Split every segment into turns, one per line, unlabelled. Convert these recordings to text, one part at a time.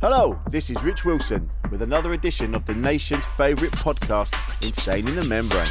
Hello, this is Rich Wilson with another edition of the nation's favourite podcast, Insane in the Membrane.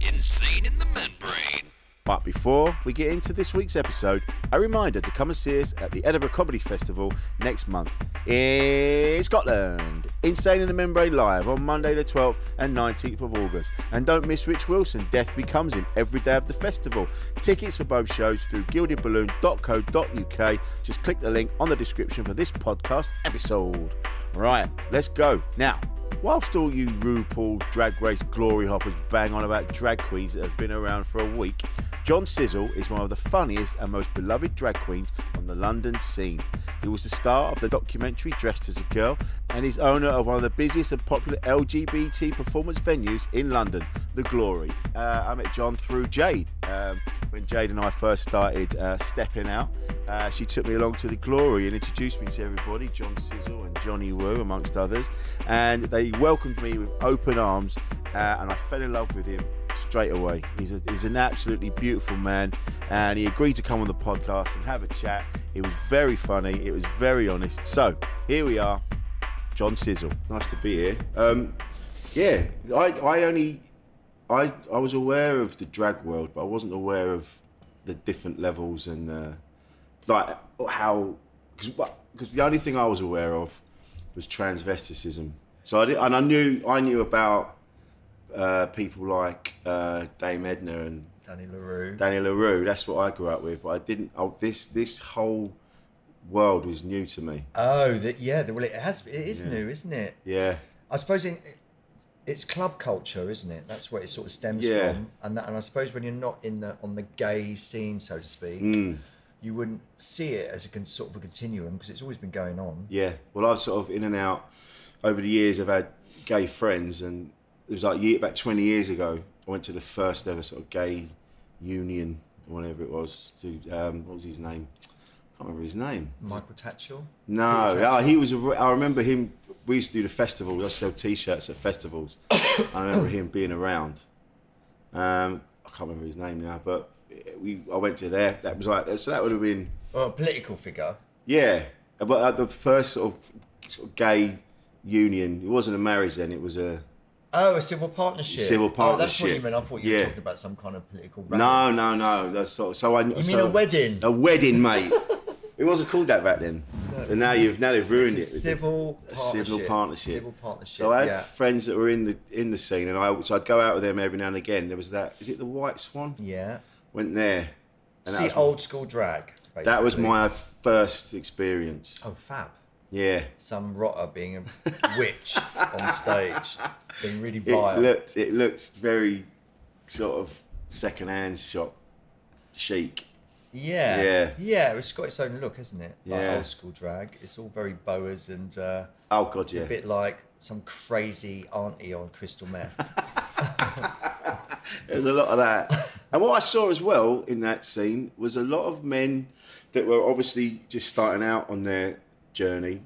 Insane in the membrane.
But before we get into this week's episode, a reminder to come and see us at the Edinburgh Comedy Festival next month in Scotland. Insane in the Membrane Live on Monday the 12th and 19th of August. And don't miss Rich Wilson, Death Becomes Him, every day of the festival. Tickets for both shows through gildedballoon.co.uk. Just click the link on the description for this podcast episode. Right, let's go. Now, Whilst all you RuPaul drag race glory hoppers bang on about drag queens that have been around for a week, John Sizzle is one of the funniest and most beloved drag queens on the London scene. He was the star of the documentary Dressed as a Girl and is owner of one of the busiest and popular LGBT performance venues in London, The Glory. Uh, I met John through Jade. Um, when Jade and I first started uh, stepping out, uh, she took me along to The Glory and introduced me to everybody John Sizzle and Johnny Woo, amongst others. And they he welcomed me with open arms, uh, and I fell in love with him straight away. He's, a, he's an absolutely beautiful man, and he agreed to come on the podcast and have a chat. It was very funny, it was very honest. So here we are, John Sizzle. Nice to be here. Um, yeah, I, I only I I was aware of the drag world, but I wasn't aware of the different levels and uh, like how because the only thing I was aware of was transvesticism so I did, and I knew I knew about uh, people like uh, Dame Edna and
Danny LaRue.
Danny LaRue. That's what I grew up with, but I didn't. Oh, this this whole world was new to me.
Oh, that yeah, the, well, it has. It is new, isn't it?
Yeah,
I suppose it, it's club culture, isn't it? That's where it sort of stems
Yeah.
from. And that, and I suppose when you're not in the on the gay scene, so to speak,
Hmm.
you wouldn't see it as a con, sort of a continuum because it's always been going on.
yeah. Well, I've sort of in and out over the years. I've had gay friends, and it was like year, about twenty years ago. I went to the first ever sort of gay union, whatever it was. To um, what was his name? I can't remember his name.
Michael Tatchell.
No,
Peter
no, he was. A, re- I remember him. We used to do the festivals. I sell T-shirts at festivals. I remember him being around. Um, I can't remember his name now, but we. I went to there. That was like. So that would have been.
Well, Oh, a political figure.
Yeah, but at the first sort of, sort of gay union, it wasn't a marriage then. It was a.
Oh, a civil partnership.
Civil
Oh, that's what
partnership.
you meant. I thought you were
Yeah.
talking about some kind of political.
No, no, no. That's sort of, so I. You
mean a wedding?
A wedding, mate. it wasn't called that back then. And now you've now they've ruined
It's a
it.
civil
A
partnership.
civil partnership.
Civil partnership.
So I had
yeah.
friends that were in the in the scene, and I so I'd go out with them every now and again. There was that. Is it the White Swan?
yeah.
Went there. And
See,
that was,
old school drag. Basically.
that was my first experience.
Oh, fab.
Yeah.
Some rotter being a witch on stage, being really
It
vile.
looked it looked very sort of second hand shop chic.
yeah.
Yeah.
Yeah, it's got its own look, hasn't it? Like
Yeah.
old school drag. It's all very boas and uh,
Oh god,
it's
yeah.
a bit like some crazy auntie on crystal meth.
There's a lot of that. and what I saw as well in that scene was a lot of men that were obviously just starting out on their journey.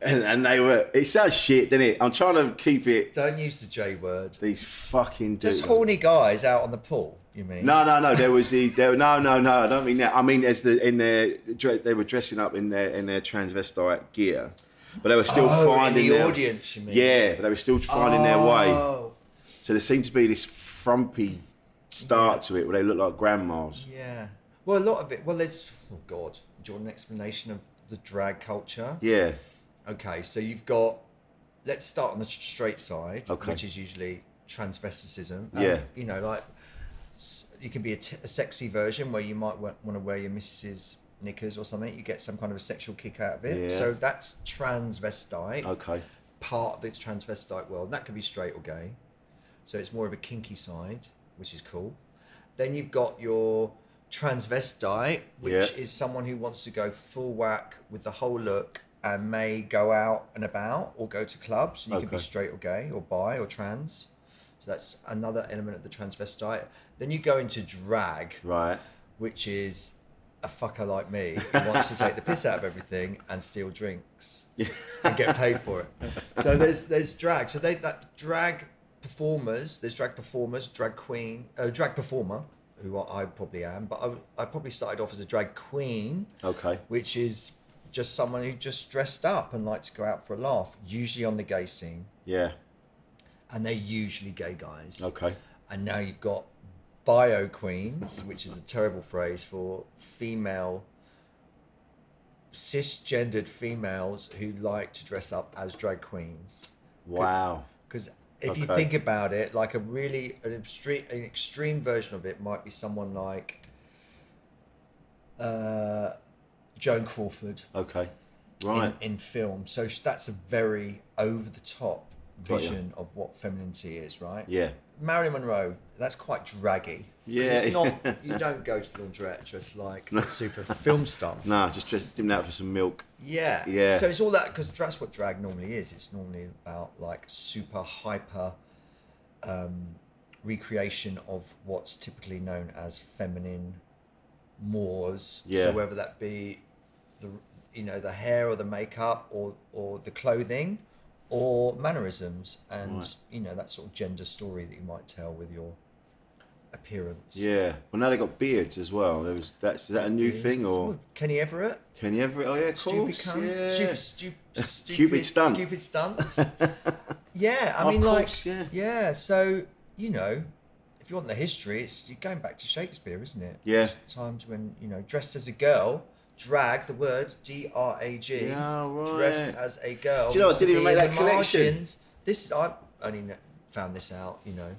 And, and they were, it sounds shit, doesn't it? I'm trying to keep it.
Don't use the J word.
These fucking dudes.
Just horny guys out on the pool, you mean?
No, no, no. There was the there. No, no, no. I don't mean that. I mean as the in their dre- they were dressing up in their in their transvestite gear, but they were still
Oh, in
finding
the
their,
audience, you mean?
Yeah, but they were still finding their way.
Oh,
So there seemed to be this frumpy start to it where they look like grandmas.
yeah. Well, a lot of it. Well, there's. Oh God, do you want an explanation of the drag culture?
Yeah.
Okay, so you've got. Let's start on the straight side,
Okay.
which is usually transvesticism. Um,
Yeah.
You know, like s- you can be a, t- a sexy version where you might want to wear your missus's knickers or something. You get some kind of a sexual kick out of it.
Yeah.
So that's transvestite.
Okay.
Part of its transvestite world. And that could be straight or gay. So it's more of a kinky side, which is cool. Then you've got your transvestite, which
Yeah.
is someone who wants to go full whack with the whole look and may go out and about or go to clubs. You can
Okay.
be straight or gay or bi or trans. So that's another element of the transvestite. Then you go into drag,
Right.
which is a fucker like me who wants to take the piss out of everything and steal drinks and get paid for it. So there's there's drag. So they that drag performers. There's drag performers, drag queen, uh, drag performer, who I, I probably am. But I, I probably started off as a drag queen,
Okay.
which is just someone who just dressed up and liked to go out for a laugh, usually on the gay scene,
Yeah.
and they're usually gay guys
Okay.
and now you've got bio queens, which is a terrible phrase for female cisgendered females who like to dress up as drag queens.
Wow.
Because if you
Okay.
think about it, like a really an extreme an extreme version of it might be someone like uh, Joan Crawford
Okay. Right.
in, in film. So sh- that's a very over the top
Got ya.
vision of what femininity is, right?
Yeah.
Marilyn Monroe, that's quite draggy. 'Cause It's
Yeah.
not, you don't go to the laundrette dressed like a super film star.
No, just dressed him out for some milk.
Yeah.
Yeah.
So it's all that, because that's what drag normally is. It's normally about like super hyper um, recreation of what's typically known as feminine mores.
Yeah.
So whether that be the, you know, the hair or the makeup or, or the clothing or mannerisms and,
Right.
you know, that sort of gender story that you might tell with your appearance.
Yeah. Well, now they got beards as well. There was that's is that a new thing or
Kenny Everett?
can you ever? Oh yeah, of
Stupid
course.
cunt.
Yeah.
Stupid, stupid, stupid,
stunt.
Stupid stunts. yeah, I
Of
mean,
course, yeah.
like, So you know, if you want the history, it's you're going back to Shakespeare, isn't it?
Yeah.
There's times when you know, dressed as a girl, drag the word D R A G.
Yeah, right.
Dressed as a girl.
Do you know, I
used to
didn't even
be
make
in
that
the
connection.
margins. This is I only kn- found this out. You know,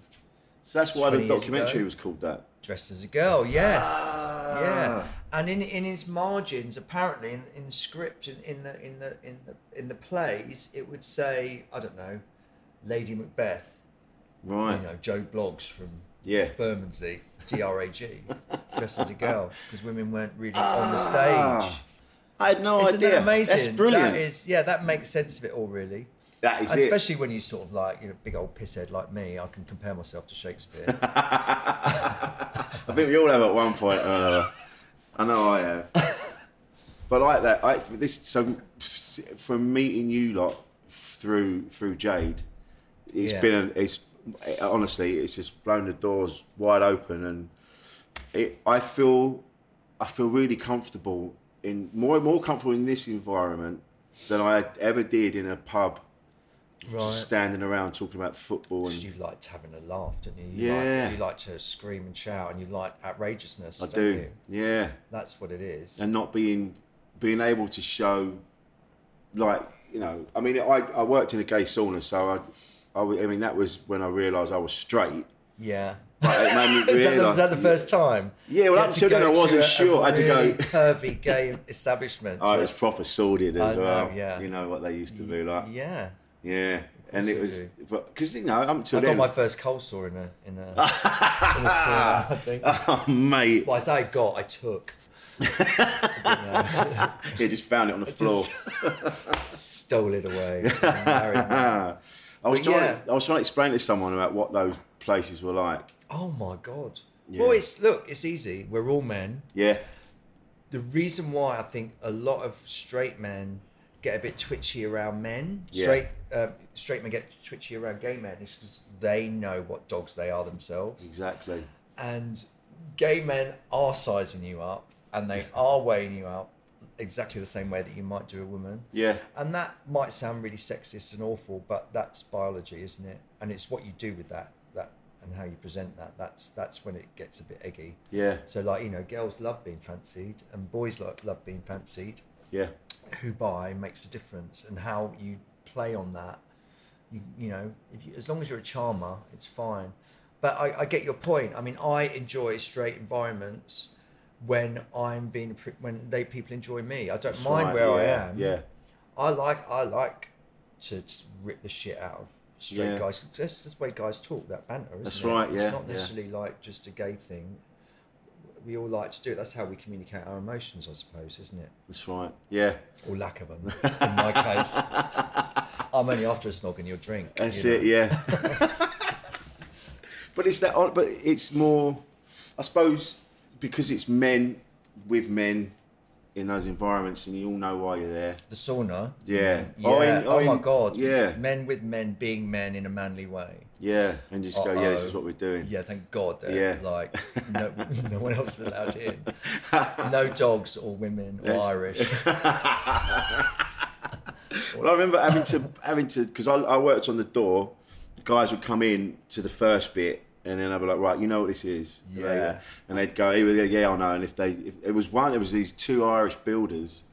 So that's why the
20 years
documentary
ago.
was called that.
dressed as a girl. Yes. Yeah.
Ah.
And in in its margins, apparently in, in the script in, in the in the in the in the plays, it would say I don't know, Lady Macbeth.
Right.
You know, Joe Blogs from
Yeah.
Bermondsey, D R A G, dressed as a girl because women weren't really on the stage.
I had no
Isn't
idea.
that amazing?
Ah. Oh, That's brilliant.
That is, yeah, that makes sense of it all, really.
That is
And
it.
Especially when you sort of like, you know, big old pisshead like me, I can compare myself to Shakespeare.
I think we all have at one point or another. I know I have. but I like that. I this so from meeting you lot through through Jade, it's
Yeah.
been a, it's honestly it's just blown the doors wide open, and it I feel I feel really comfortable in more more comfortable in this environment than I ever did in a pub. Just
right.
standing around talking about football and
Because you liked having a laugh, didn't you? You
Yeah.
Like, you like to scream and shout, and you like outrageousness.
I
don't
do,
You?
yeah.
That's what it is.
and not being being able to show like you know i mean i, I worked in a gay sauna so I, I w- I mean that was when i realized i was straight
yeah.
But it made me
Is that, the,
realise-
was that the first time?
Yeah, well,
You
up
had to
till then
go
I
to
wasn't
a-
sure.
A
I had to go-
really pervy gay establishment.
oh, it
to-
was proper sordid as
I know,
well
yeah.
you know what they used to do like yeah,
yeah.
and it
you
was
do.
because you know up until
I got
then
my first coleslaw in a in a, in a sauna, I think.
oh mate
Well, I say I got, I took.
yeah just found it on the floor
Just stole it away. from a married man.
Ah. i was
But
trying
yeah.
to, i was trying to explain to someone about what those places were like
Oh my god.
Yeah.
Well, it's look, it's easy. We're all men.
yeah
the reason why I think a lot of straight men get a bit twitchy around men,
Yeah.
straight uh, straight men get twitchy around gay men, is because they know what dogs they are themselves,
exactly
and gay men are sizing you up and they are weighing you up exactly the same way that you might do a woman.
yeah
And that might sound really sexist and awful, but that's biology, isn't it? And it's what you do with that that and how you present that, that's that's when it gets a bit eggy.
Yeah.
So like you know, girls love being fancied, and boys like love being fancied.
Yeah.
Who buy makes a difference, and how you play on that. You you know, if you, as long as you're a charmer, it's fine. But I, I get your point. I mean, I enjoy straight environments when I'm being pre- when they people enjoy me. I don't
That's
mind
right,
where I
yeah,
am.
Yeah.
I like I like to t- rip the shit out of straight
Yeah.
guys. 'cause That's just the way guys talk. That banter. Isn't
That's
it?
right,
It's
yeah,
not
yeah.
necessarily like just a gay thing. We all like to do it. That's how we communicate our emotions, I suppose, isn't it?
That's right. Yeah.
Or lack of them. In my case, I'm only after a snog in your drink.
That's
you know.
it. Yeah. but it's that. But it's more. I suppose because it's men with men in those environments, and you all know why you're there.
The sauna.
Yeah.
Yeah.
Or in- or
oh my
in-
god.
yeah.
Men with men being men in a manly way.
Yeah, and just go. Yeah, this
Uh-oh.
is what we're doing.
Yeah, thank God that
Yeah.
like no, no one else is allowed in. No dogs or women or
That's-
Irish.
Well, I remember having to having to because I, I worked on the door. Guys would come in to the first bit, and then I'd be like, "Right, you know what this is."
Yeah.
Like, and they'd go, "Yeah, yeah, yeah, I know." And if they, if it was one, there was these two Irish builders,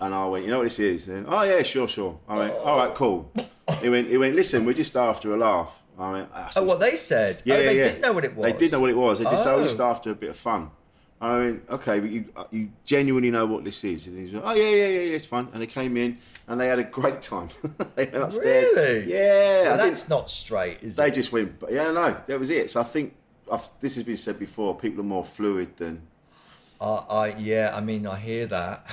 and I went, "You know what this is?" And oh yeah, sure, sure. I
Oh.
went, "All right, cool." He went, he went. Listen, we're just after a laugh. I went, "Ah, so
Oh, what they said?
yeah,
oh, they
yeah.
did know what it was.
They did know what it was. They just oh.
Oh.
just after a bit of fun. I mean, okay, but you you genuinely know what this is. And he's like, oh yeah, yeah, yeah, yeah, it's fun. And they came in and they had a great time. they went upstairs.
Really?
Yeah.
Well,
I didn't-
that's not straight, is
they
it?
just went. But yeah, no, that was it. So I think I've, this has been said before. People are more fluid than
I, I, yeah, I mean, I hear that.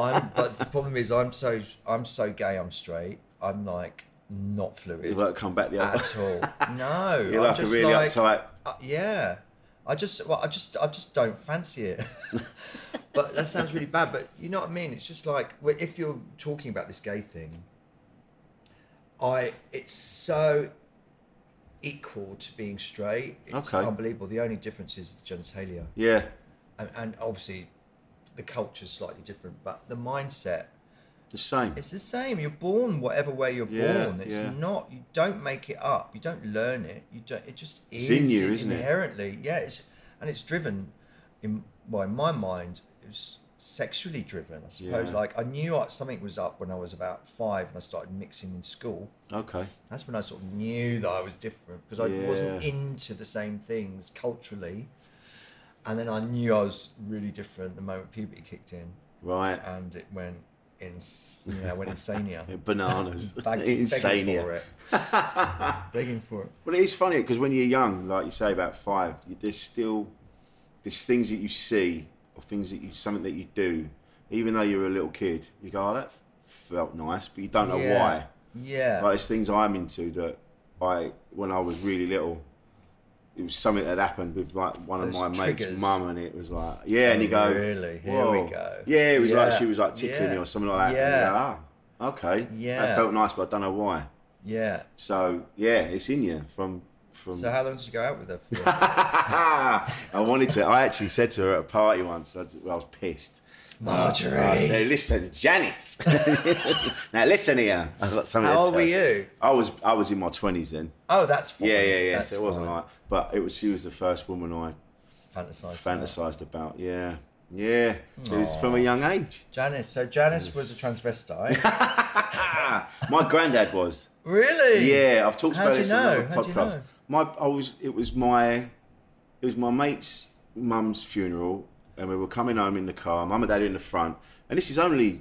I'm, but the problem is, I'm so, I'm so gay. I'm straight. I'm like not
it
fluid
won't come back the other.
at all. No,
You're
I'm
like a
just
really
like,
uptight.
Uh, yeah, I just, well, I just, I just don't fancy it. but that sounds really bad. But you know what I mean? It's just like well, if you're talking about this gay thing, I, it's so equal to being straight. It's
Okay.
unbelievable. The only difference is the genitalia,
Yeah.
and, and obviously, the culture's slightly different, but the mindset.
The same.
It's the same. You're born whatever way you're
Yeah,
born. It's
yeah.
not. You don't make it up. You don't learn it. You don't. It just is.
in you, isn't it?
inherently. Yeah. It's and it's driven. In well, in my mind, it's sexually driven. I suppose.
Yeah.
Like I knew I- something was up when I was about five, and I started mixing in school.
Okay.
That's when I sort of knew that I was different because I wasn't
Yeah.
into the same things culturally. And then I knew I was really different the moment puberty kicked in
Right.
and it went in you know, went insania.
Bananas.
Bag-
Insane.
Begging for it. begging for it.
Well, it is funny because when you're young, like you say, about five, you- there's still there's things that you see or things that you something that you do, even though you're a little kid. You go, oh, that felt nice, but you don't know
yeah.
why.
Yeah.
Like it's things I'm into that I when I was really little, it was something that happened with like one of
Those
my mate's
triggers. Oh,
mum, and it was like, yeah, and you go,
Really? Here we
"Whoa."
go.
Yeah, it was like
Yeah.
she was like tickling me
Yeah.
or something like that. and you
Yeah.
go, "Ah, okay, that
Yeah.
felt nice, but I don't know why.
yeah.
So yeah, it's in you from from.
So how long did you go out with her for?
I wanted to. I actually said to her at a party once. I was, I was pissed.
Marjorie.
I said, "Listen, Janet. now listen here. I got something
How
to
old
tell
were you?
I was. I was in my twenties then.
oh, that's fine.
Yeah, yeah, yeah.
That's
So it wasn't
fine.
like, but it was. She was the first woman I
fantasized.
fantasized about. Yeah, yeah. So it was from a young age.
Janice. So Janice was a transvestite.
My granddad was.
really?
Yeah, I've talked
How
about
do you
this in another
know? How do you
podcast.
know?
My, I was. It was my, it was my mate's mum's funeral, and we were coming home in the car. Mum and dad in the front, and this is only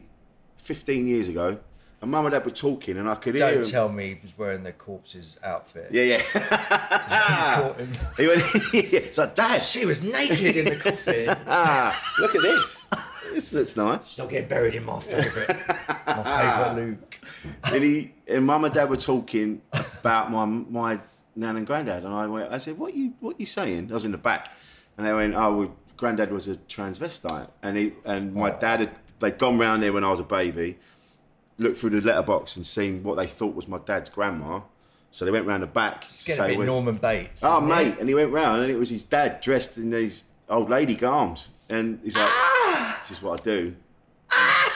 fifteen years ago. And mum and dad were talking, and I could hear.
Don't
him-
tell me he was wearing the corpse's outfit.
Yeah, yeah.
Caught him.
he went. it's like, Dad,
She was naked in the coffin.
ah, look at this. This looks nice.
She'll get buried in my favourite, my
Ah.
favourite Luke.
And he and mum and dad were talking about my my nan and granddad, and I went. I said, "What you what you saying?" I was in the back, and they went, "Oh, well, granddad was a transvestite," and he and my dad had they'd gone round there when I was a baby, looked through the letterbox and seen what they thought was my dad's grandma. So they went round the back.
It's
to
getting
say
a bit
where-
Norman Bates.
Oh,
isn't it?
mate. And he went round and it was his dad
Ah!
dressed in these old lady garments. And he's like, this is what I do.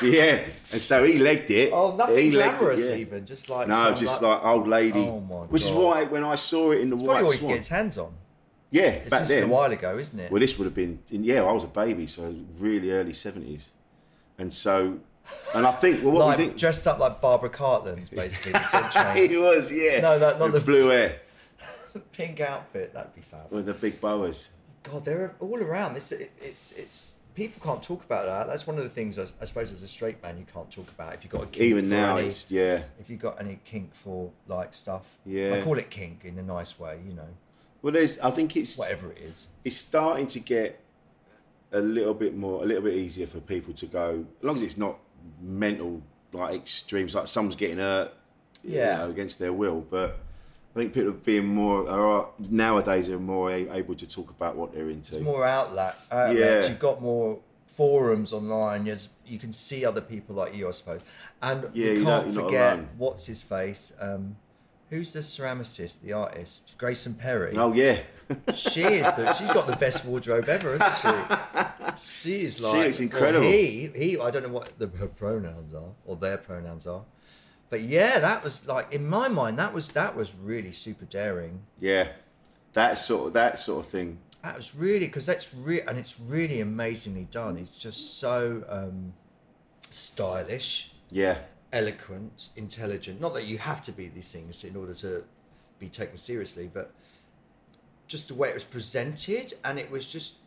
And yeah. And so he legged it.
Oh, nothing
He legged it,
glamorous
yeah.
even. Just like
No,
some,
just like, old lady.
Oh my
Which is
God.
why when I saw it in the
It's probably
White
all you can
Swan,
get his hands on.
yeah,
It's
back
just
then.
a while ago, isn't it?
Well, this would have been, in, yeah, I was a baby, so really early seventies, and so, and I think, well, what
like
do you think?
dressed up like Barbara Cartland, basically. with dead chain.
he was, yeah.
No, that- not
the
the-
blue hair
Pink outfit, that'd be fab.
with the big boas.
God, they're all around. It's it's it's people can't talk about that. That's one of the things I, I suppose as a straight man you can't talk about. If you've got a kink
Even
for
now,
any,
it's yeah.
if you've got any kink for like stuff,
Yeah.
I call it kink in a nice way, you know,
Well, there's, I think it's
whatever it is.
it's starting to get a little bit more, a little bit easier for people to go, as long as it's not mental, like extremes, like someone's getting hurt, you
Yeah.
know, against their will. But I think people are being more, are nowadays are more a- able to talk about what they're into.
It's more outlet. outlets.
Yeah.
You've got more forums online. Yes, you can see other people like you, I suppose. And
Yeah,
we
you don't-
can't
you're not
forget
alone.
what's his face. Um, who's the ceramicist, the artist, Grayson Perry?
oh yeah,
She is. The, she's got the best wardrobe ever, isn't she? She is like.
looks
or
incredible.
he, he. I don't know what the, her pronouns are or their pronouns are, but yeah, that was like in my mind. That was that was really super daring.
yeah, that sort of that sort of thing.
That was really because that's real and it's really amazingly done. It's just so um, stylish,
Yeah,
eloquent, intelligent. Not that you have to be these things in order to be taken seriously, but just the way it was presented and it was just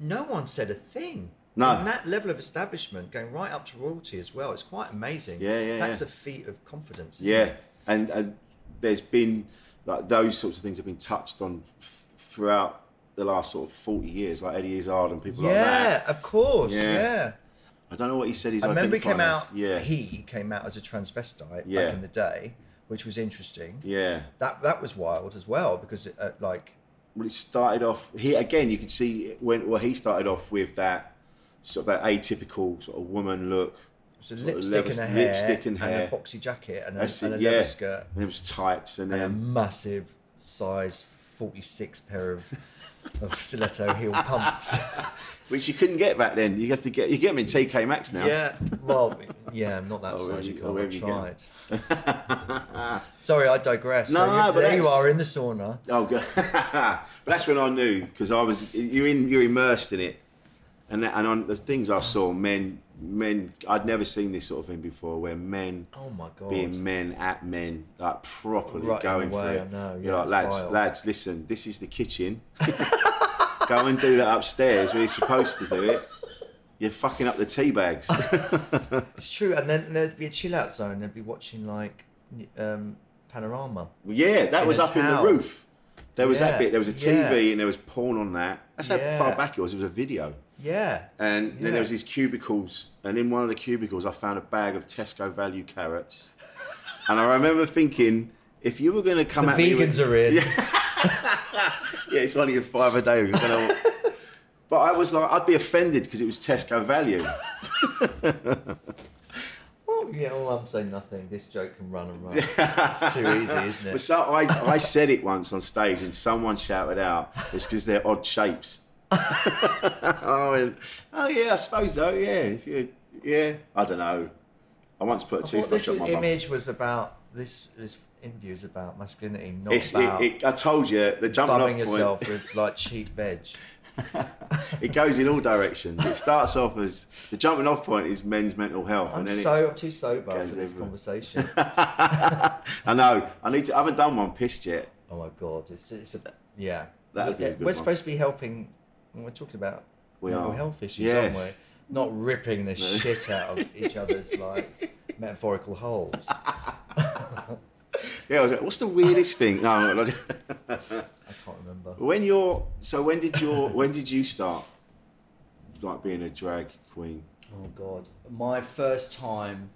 no one said a thing.
No.
And that level of establishment going right up to royalty as well. It's quite amazing.
Yeah, yeah,
That's
yeah.
a feat of confidence. isn't
yeah,
it?
and and there's been like those sorts of things have been touched on f- throughout the last sort of forty years, like Eddie Izzard and people like that.
Yeah, of course.
Yeah.
yeah.
I don't know what he said. He's
I remember he came
identified
out.
as. Yeah,
he came out as a transvestite
Yeah.
back in the day, which was interesting.
yeah.
That that was wild as well because it, uh, like
Well, it started off. He again. You could see when well he started off with that sort of that atypical sort of woman look.
it was a
sort of
lipstick
leather-
and a hair,
Lipstick and hair.
a boxy jacket and a,
That's
and a
it, yeah.
leather skirt
And it was tights and
and a
then
massive size forty six pair of of stiletto heel pumps.
which you couldn't get back then. You have to get you get them in TK Maxx now.
yeah, well, yeah, not that
Oh,
size.
you-
You
oh,
can't.
where
I've
you go.
tried. Sorry, I digress.
No,
so
no,
you,
but
there you
that's-
are in the sauna.
Oh god. but that's when I knew because I was you're in you're immersed in it, and that, and on the things I saw men men I'd never seen this sort of thing before where men
Oh my god!
being men at men, like properly
Right, in a
going for
way,
it.
I know,
You're like,
yeah, it's
lads,
vile."
lads, listen, this is the kitchen. Go and do that upstairs where you're supposed to do it. You're fucking up the tea bags.
It's true, and then there'd be a chill out zone. They'd be watching like n- um, panorama.
yeah, that
In
was
a
up in the
towel.
roof. There was that
Yeah,
bit. There was a
yeah.
TV and there was porn on that. That's
Yeah.
how far back it was. It was a video.
Yeah,
And then
Yeah.
there was these cubicles, and in one of the cubicles, I found a bag of Tesco value carrots. and I remember thinking, if you were going to come
the
at me with-
vegans are in.
Yeah, it's only a five a day. We're gonna- but I was like, I'd be offended because it was Tesco value.
Oh, yeah, well, I'm saying nothing. This joke can run and run. it's too easy, isn't
But
it?
so I, I said it once on stage, and someone shouted out, "It's because they're odd shapes." I went, oh yeah, I suppose so. Yeah, if you, yeah, I don't know. I once put a
I thought
toothbrush
this
up my bum.
image was about this. This interview is about masculinity, not
It's, it,
about
it, I told you the jumping off
bumming
point.
yourself with like cheap veg.
It goes in all directions. It starts off as the jumping off point is men's mental health,
I'm
and then it-
so I'm too sober for
goes
this
everywhere.
conversation.
I know I need to. I haven't done one pissed yet.
oh my god, it's it's a yeah.
That'd be a
we're
good one.
supposed to be helping. We're talking about
We
mental
are.
health issues,
Yes.
aren't we? Not ripping the shit out of each other's like metaphorical holes. I
Yeah, I was like, what's the weirdest thing? No, no, no.
can't remember.
when you're so when did your when did you start like being a drag queen?
Oh god, my first time.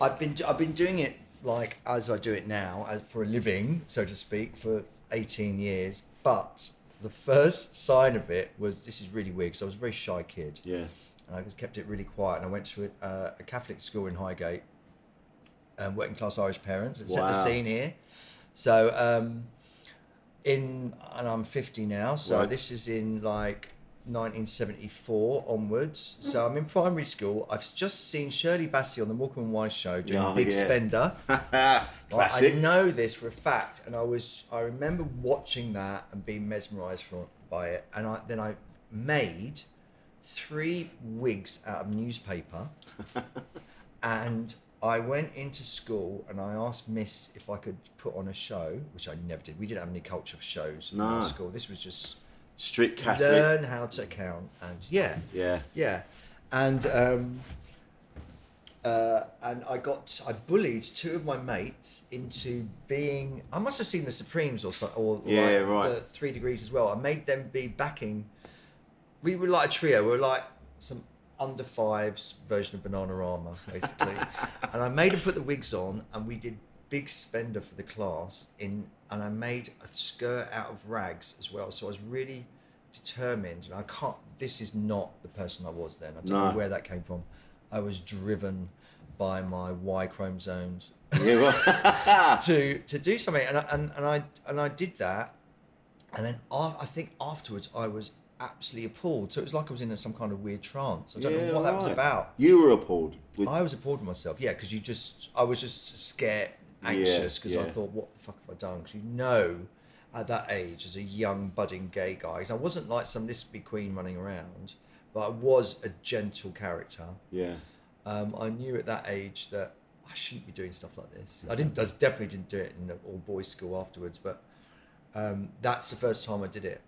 I've been I've been doing it like as I do it now as for a living, so to speak, for 18 years. But the first sign of it was this is really weird because I was a very shy kid.
Yeah,
And I just kept it really quiet. And I went to a, uh, a Catholic school in Highgate, um, working class Irish parents. It set
Wow.
the scene here. So um, in and I'm 50 now. So
Right.
this is in like 1974 onwards. So I'm in primary school. I've just seen Shirley Bassey on the Walker and Wise show doing
Oh,
Big
yeah.
Spender. Like,
Classic.
I know this for a fact, and I was I remember watching that and being mesmerised from by it, and I then I made three wigs out of newspaper, and I went into school and I asked Miss if I could put on a show, which I never did. We didn't have any culture of shows in
No.
our school. This was just
Strict Catholic.
learn how to count and yeah
Yeah.
yeah and um uh, and I got I bullied two of my mates into being I must have seen the Supremes or so, or
Yeah,
like
right.
the Three Degrees as well. I made them be backing. We were like a trio. We were like some under fives version of Bananarama basically. and I made them put the wigs on, and we did Big Spender for the class in, and I made a skirt out of rags as well. So I was really determined, and I can't. This is not the person I was then. I don't
No.
know where that came from. I was driven by my Y chromosomes
Yeah, well,
to to do something, and I, and and I and I did that, and then a- I think afterwards I was absolutely appalled. So it was like I was in some kind of weird trance. I don't
Yeah,
know what that was
right.
about.
You were appalled. With,
I was appalled with myself, yeah, because you just I was just scared, anxious, because I
yeah.
thought, what the fuck have I done? Because you know, at that age, as a young budding gay guy, 'cause I wasn't like some lispy queen running around, but I was a gentle character
yeah.
um, I knew at that age that I shouldn't be doing stuff like this. I didn't. I definitely didn't do it in the all boys school afterwards, but um, that's the first time I did it,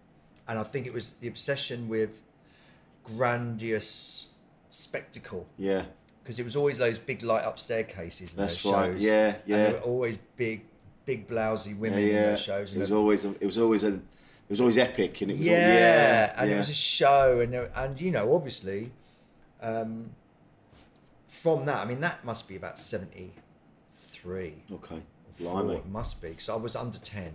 and I think it was the obsession with grandiose spectacle
Yeah.
because it was always those big light up staircases. In
That's
those
right,
Shows,
yeah,
And
yeah.
there were always big, big blousy
Yeah.
women in
yeah.
those shows.
It
and
was
there-
always. A, it was always a. It was always epic, and it was.
yeah,
All, yeah.
and
yeah.
it was a show, and there- and you know, obviously, um, from that, I mean, that must be about seventy three.
okay.
Four,
Blimey.
it must be because I was under ten.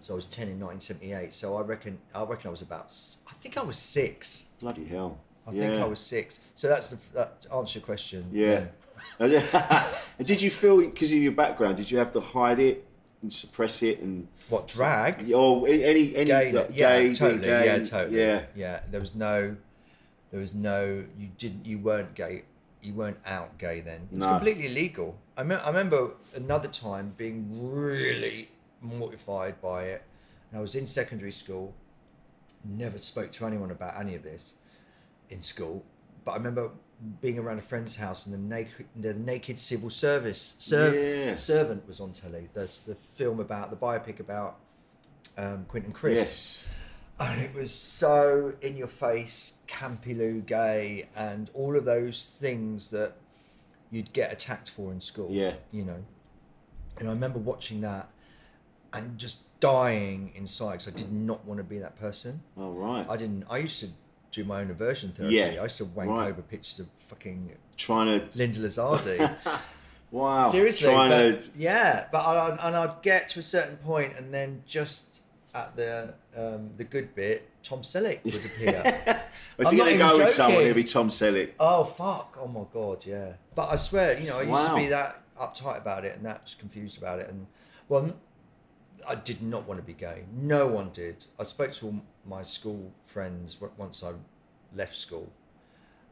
So I was ten in nineteen seventy eight. So I reckon I reckon I was about. s- I think I was six.
Bloody hell.
I
yeah.
think I was six. So that's the that to answer your question.
Yeah. and did you feel because of your background? Did you have to hide it and suppress it and
What drag?
or any any
Gay,
like,
yeah,
gay,
totally,
gay,
yeah, totally,
yeah.
yeah. There was no, there was no. You didn't. You weren't gay. You weren't out gay then. It was
No.
completely illegal. I, me- I remember another time being really mortified by it, and I was in secondary school. Never spoke to anyone about any of this in school, but I remember being around a friend's house and the naked, the naked civil service serv-
Yeah.
servant was on telly. There's the film about the biopic about um, Quentin Crisp
Yes.
and it was so in your face, campy loo gay, and all of those things that you'd get attacked for in school.
Yeah.
you know. And I remember watching that and just dying inside because I did not want to be that person.
All right.
I didn't. I used to do my own aversion therapy.
Yeah,
I used to wank
right.
over pictures of fucking
trying to
Linda Lazardi.
wow.
Seriously,
Oh, Trying
but,
to
yeah, but I, I- and I'd get to a certain point, and then just at the um, the good bit, Tom Selleck would appear.
if
I'm
you're gonna
not
go
even
with someone,
joking.
it'll be Tom Selleck.
oh fuck! Oh my god! Yeah, but I swear, you know, I used
Wow.
to be that uptight about it, and that was confused about it, and well, n- I did not want to be gay. No one did. I spoke to all my school friends w- once I left school,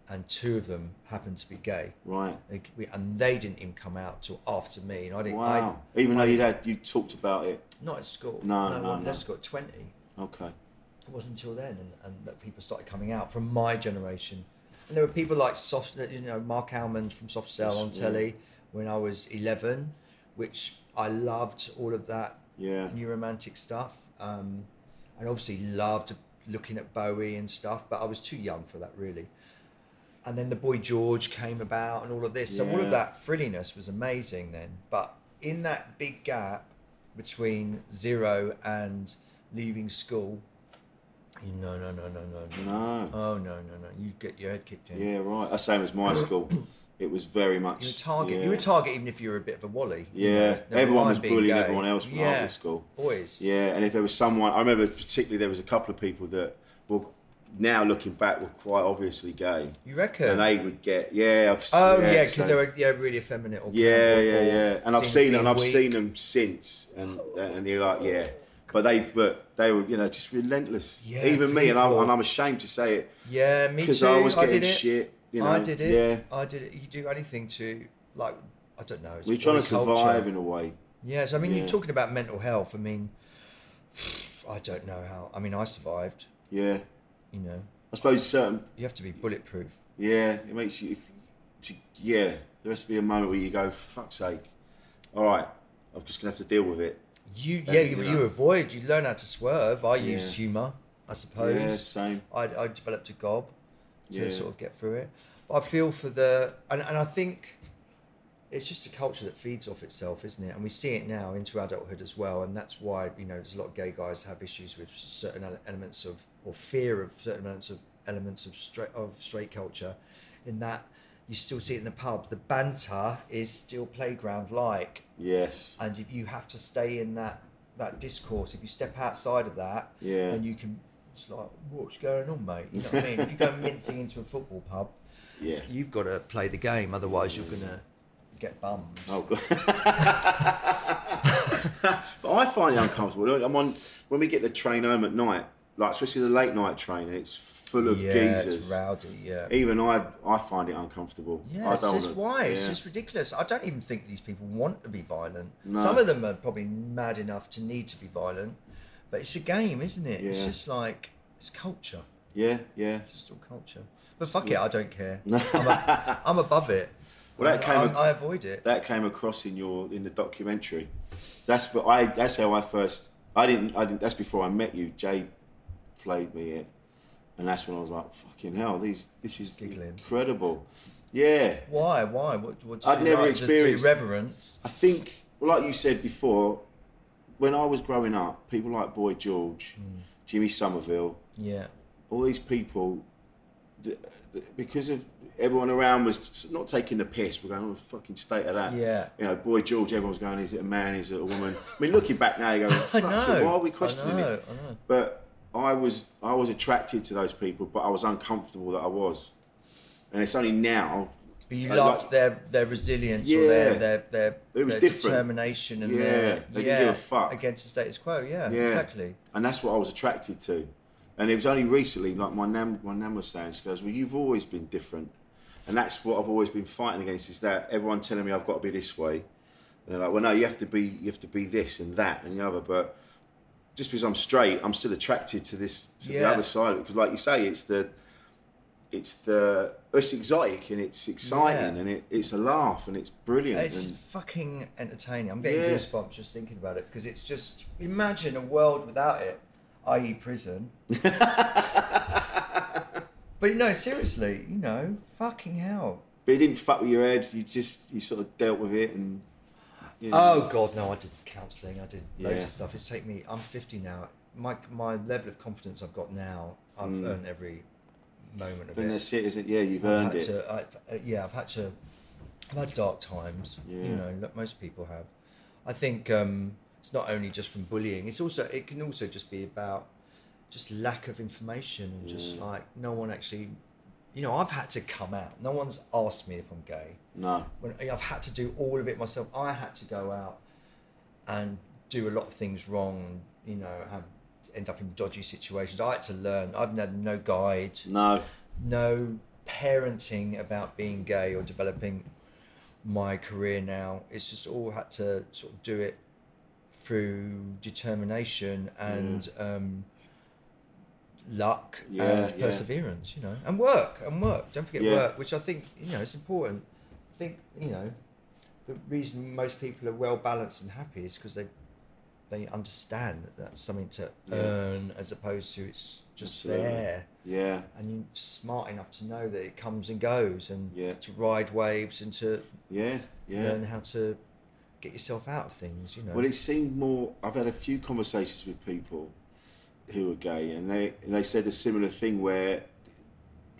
and two of them happened to be gay.
Right.
They- we- And they didn't even come out till after me, and I didn't. I-
Wow. Even though you had you talked about it.
Not at school.
No,
no,
no,
I
no.
left school at 20. It
Okay.
wasn't until then and, and that people started coming out from my generation. And there were people like Soft, you know, Mark Almond from Soft Cell
Yes,
on
yeah.
telly when I was 11, which I loved all of that
Yeah.
new romantic stuff. Um, and obviously loved looking at Bowie and stuff, but I was too young for that really. And then the boy George came about and all of this. So all
Yeah.
of that frilliness was amazing then. But in that big gap between zero and leaving school, you no no no no no no.
No.
Oh no no no! You get your head kicked in.
Yeah, right. That's same as my school. It was very much
You're a target.
yeah.
You're a target, even if you're a bit of a wally. you
Yeah.
know. Never
Everyone
mind
was
being
bullying
gay.
everyone else when I was at school.
Always.
Yeah, and if there was someone, I remember particularly there was a couple of people that were now looking back were quite obviously gay,
You reckon?
and they would get yeah. I've,
Oh yeah, because
so-
they're yeah really effeminate. Or
yeah,
or-
yeah,
or
yeah. And I've
seem to
seen
be
and I've
weak.
seen them since, and and you're like yeah, But they, but they were, you know, just relentless.
Yeah,
Even me, and I'm,
people.
and I'm ashamed to say it.
Yeah, me too.
Because I was getting
did it.
shit. You know?
I did it.
Yeah.
I did it. You do anything to like I don't know. It's
We're trying to
body culture.
survive in a way.
Yes, I mean
Yeah.
you're talking about mental health. I mean, I don't know how. I mean, I survived.
Yeah.
You know,
I suppose certain.
you have to be bulletproof.
Yeah, it makes you. If, to, yeah, there has to be a moment where you go, "Fuck's sake, all right, I'm just gonna have to deal with it."
You
Yeah,
yeah,
you
you,
know.
you avoid. You learn how to swerve. I used
Yeah.
humor, I suppose.
Yeah, same.
I, I developed a gob to
Yeah.
sort of get through it. I feel for the and, and I think it's just a culture that feeds off itself, isn't it? And we see it now into adulthood as well, and that's why you know there's a lot of gay guys have issues with certain ele- elements of or fear of certain elements of elements of straight of straight culture, in that you still see it in the pub. The banter is still playground like,
Yes.
and you, you have to stay in that that discourse. If you step outside of that,
Yeah.
then you can. It's like, what's going on, mate? You know what I mean? If you go mincing into a football pub,
Yeah.
you've got to play the game. Otherwise, you're gonna get bummed.
Oh god. but I find it uncomfortable. I'm on when we get the train home at night, like especially the late night train, and it's full of
yeah, it's
geezers.
rowdy. Yeah.
Even Oh, I, I find it uncomfortable.
yeah,
I
it's just
wanna-
why it's
yeah.
just ridiculous. I don't even think these people want to be violent.
No.
Some of them are probably mad enough to need to be violent, but it's a game, isn't it? It's
Yeah.
just like it's culture.
yeah, yeah.
It's just all culture. But fuck it, I don't care. I'm, a, I'm above it.
Well, that
I-
came
I,
ac-
I avoid it.
That came across in your in the documentary. So that's what I. That's how I first. I didn't. I didn't. That's before I met you. Jay played me it, and that's when I was like, "Fucking hell, these. This is
Giggling.
incredible." Yeah,
why? Why? What? what do
I'd
you
never
like? Just do
experienced-
reverence.
I think, well, like you said before, when I was growing up, people like Boy George, Jimmy Somerville,
Yeah.
all these people, th- th- because of everyone around was s- not taking the piss, we're going, oh, fucking state of that.
Yeah.
You know, Boy George, everyone's going, is it a man, is it a woman? I mean, looking back now, you go,
I
Fuck,
know.
why are we questioning
I know,
it?
I know.
But I was, I was attracted to those people, but I was uncomfortable that I was. And it's only now.
But you
I
loved
like-
their their resilience or
Yeah.
their their their,
It was
their
different.
determination and
Yeah,
their
they didn't give a fuck.
against the status quo. Yeah,
Yeah.
exactly.
And that's what I was attracted to. And it was only recently, like my nan, my nan was saying, she goes, "Well, you've always been different," and that's what I've always been fighting against. Is that everyone telling me I've got to be this way? And they're like, "Well, no, you have to be, you have to be this and that and the other." But just because I'm straight, I'm still attracted to this to the
Yeah.
other side of it. Because, like you say, it's the it's the it's exotic and it's exciting
Yeah.
and it, it's a laugh and it's brilliant.
It's
and
fucking entertaining. I'm getting
Yeah.
goosebumps just thinking about it because it's just imagine a world without it, i.e., prison. but no, seriously, you know, fucking hell.
but it didn't fuck with your head. You just you sort of dealt with it and you know.
Oh god, no! I did counselling. I did loads
Yeah.
of stuff. It's taken me. I'm 50 now. My my level of confidence I've got now, I've
Mm.
earned every moment of
Then
it.
that's it, isn't it? Yeah, you've
I've
earned
had
it.
to, I've, uh, yeah, I've had to. I've had dark times.
Yeah.
You know, like most people have. I think um, it's not only just from bullying. It's also it can also just be about just lack of information and just like no one actually. You know, I've had to come out. No one's asked me if I'm gay
No.
when I've had to do all of it myself. I had to go out and do a lot of things wrong, you know, have, end up in dodgy situations. I had to learn. I've had no guide,
No.
no parenting about being gay or developing my career now. It's just all had to sort of do it through determination and um, luck
Mm. Yeah,
and
yeah.
perseverance, you know, and work and work. Don't forget
Yeah.
work, which I think you know is important. I think you know the reason most people are well balanced and happy is because they they understand that that's something to earn as opposed to it's just
Absolutely.
there
Yeah.
and you're smart enough to know that it comes and goes and
Yeah.
to ride waves and to
Yeah. Yeah.
learn how to get yourself out of things you know
Well, it seemed more. I've had a few conversations with people who are gay, and they and they said a similar thing where,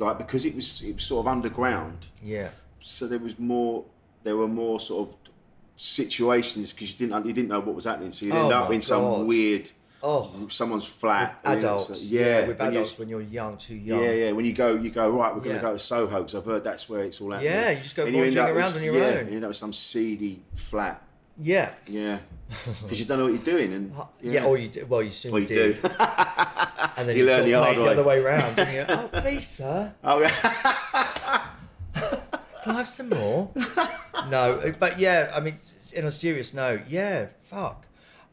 like, because it was it was sort of underground,
yeah
so there was more. There were more sort of situations because you didn't you didn't know what was happening, so you would
Oh
end up
my
in
God.
some weird
oh
someone's flat. you know, so-
adults yeah, with
and you-
adults when you're young too young
Yeah, yeah. When you go, you go right. We're going to
Yeah.
go to Soho because I've heard that's where it's all happening.
Yeah, you just go
end
wandering
up
around
with-
on your
yeah,
own.
You end up with some seedy flat
Yeah.
Yeah. Because you don't know what you're doing, and
Yeah. or you do. Well, you soon
Well, Oh, you do.
did. And then
You
you,
learn
sort
the
of
hard
played
way.
the other way around. And you go, oh, please, sir,
oh, yeah.
can I have some more? no, uh, but yeah, I mean, in a serious note, yeah, fuck.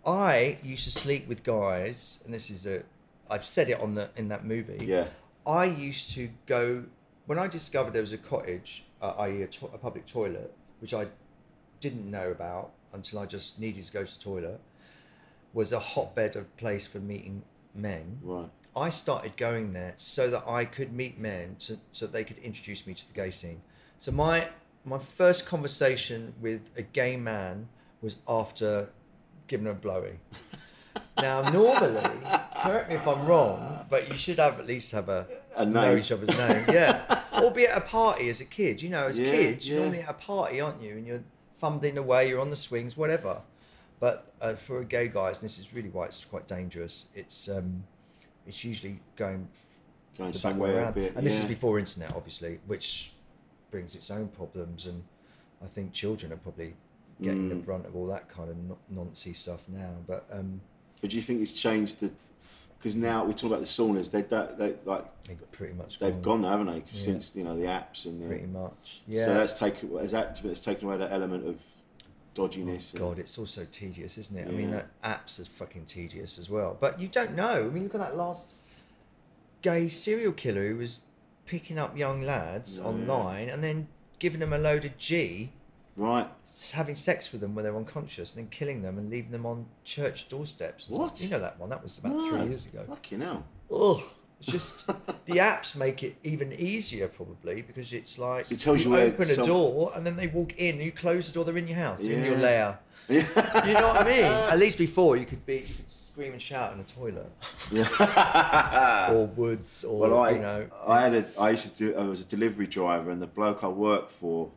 I used to sleep with guys, and this is a, I've said it on the in that movie.
Yeah.
I used to go when I discovered there was a cottage, uh, i.e., a, to- a public toilet, which I didn't know about until I just needed to go to the toilet. Was a hotbed of place for meeting men.
Right.
I started going there so that I could meet men, to, so they could introduce me to the gay scene. So my my first conversation with a gay man was after giving him a blowy. now, normally, correct me if I'm wrong, but you should have at least have a,
A
know
name.
each other's name. Yeah, or be at a party as a kid. You know, as
Yeah,
kids, you're
yeah.
normally at a party, aren't you? And you're fumbling away, you're on the swings, whatever. But uh, for a gay guys, and this is really why it's quite dangerous. It's um, it's usually going
Going
the back way
somewhere a
around.
bit.
And this is
yeah.
before internet, obviously, which brings its own problems. And I think children are probably getting
Mm.
the brunt of all that kind of no- noncy stuff now. But um,
But do you think it's changed the? Because now we talk about the saunas. They that they like
I think pretty much
they've gone, there, haven't they? Since you know the apps and the,
Mm. Pretty much. Yeah.
So that's taken. Has that has taken away that element of dodginess?
Oh, God, it's all so tedious, isn't it? I mean,
Yeah.
that apps are fucking tedious as well. But you don't know. I mean, look at that last gay serial killer who was picking up young lads online and then giving them a load of G,
and, right.
s- having sex with them when they're unconscious, and then killing them and leaving them on church doorsteps. and stuff.
What?
You know that one? That was about
No,
three years ago.
Fucking hell.
Ugh. It's just the apps make it even easier, probably, because it's like
It tells you where
open a
some-
door and then they walk in. You close the door, they're in your house, they're in your
Yeah.
lair. you know what I mean? At least before you could be you could scream and shout in a toilet, or woods, or
Well, I
you know.
I had a I used to do I was a delivery driver and the bloke I worked for.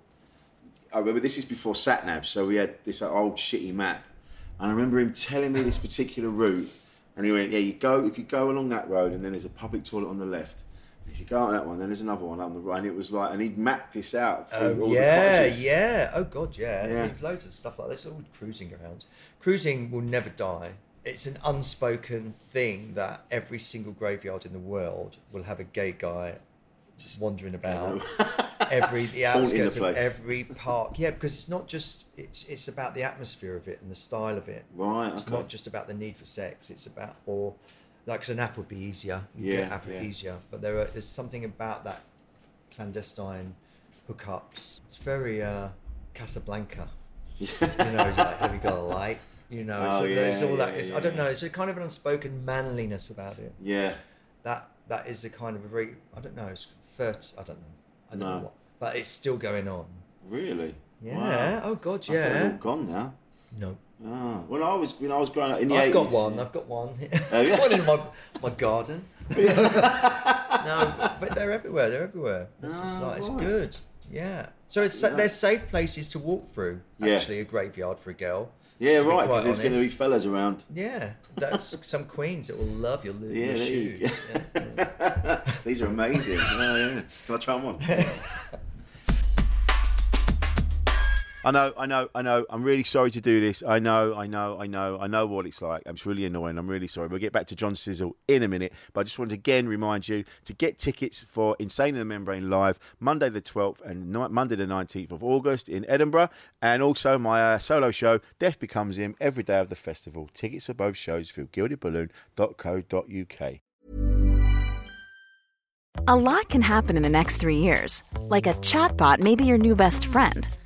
I remember this is before sat nav, so we had this old shitty map, and I remember him telling me this particular route, and he went, "Yeah, you go if you go along that road, and then there's a public toilet on the left." And If you go on that one, then there's another one on the right. And it was like, and he'd mapped this out for
Oh
all the
yeah,
cottages.
yeah. Oh god, yeah.
Yeah.
There's loads of stuff like this. All cruising grounds. Cruising will never die. It's an unspoken thing that every single graveyard in the world will have a gay guy just wandering about. every the
Haunting
outskirts
the
of
place.
every park. Yeah, because it's not just it's it's about the atmosphere of it and the style of it.
Right,
It's
okay.
not just about the need for sex. It's about or like 'cause an app would be easier. You
Yeah,
get app
yeah.
easier, but there are there's something about that clandestine hookups. It's very uh, Casablanca. you know, it's like, have you got a light? You know, it's,
Oh,
there's
yeah,
all that.
yeah,
it's,
yeah,
I don't
yeah.
know. It's a kind of an unspoken manliness about it.
Yeah.
That that is a kind of a very I don't know. It's fert. I don't know. I don't
No.
know what, but it's still going on.
Really?
Yeah.
Wow.
Oh God.
I thought it was all
Yeah.
gone now.
No.
Ah, when I was when I was growing up in the
I've
80s,
got one. I've got one.
Oh, yeah.
one in my my garden. no, but they're everywhere. They're everywhere. It's just
Ah,
like it's
right.
good. Yeah. So it's sa- there's safe places to walk through.
Yeah.
Actually, a graveyard for a girl.
Yeah,
to be
right.
quite
Because there's going to be
honest.
fellas around.
Yeah, that's some queens that will love your, little
Yeah, there you
shoes.
go.
Yeah.
These are amazing. oh, yeah. Can I try them on? I know, I know, I know. I'm really sorry to do this. I know, I know, I know, I know what it's like. It's really annoying. I'm really sorry. We'll get back to John Sizzle in a minute. But I just want to again remind you to get tickets for Insane in the Membrane Live Monday the 12th and ni- Monday the 19th of August in Edinburgh. And also my uh, solo show, Death Becomes Him, every day of the festival. Tickets for both shows through gildedballoon.co.uk.
A lot can happen in the next three years. Like a chatbot may be your new best friend.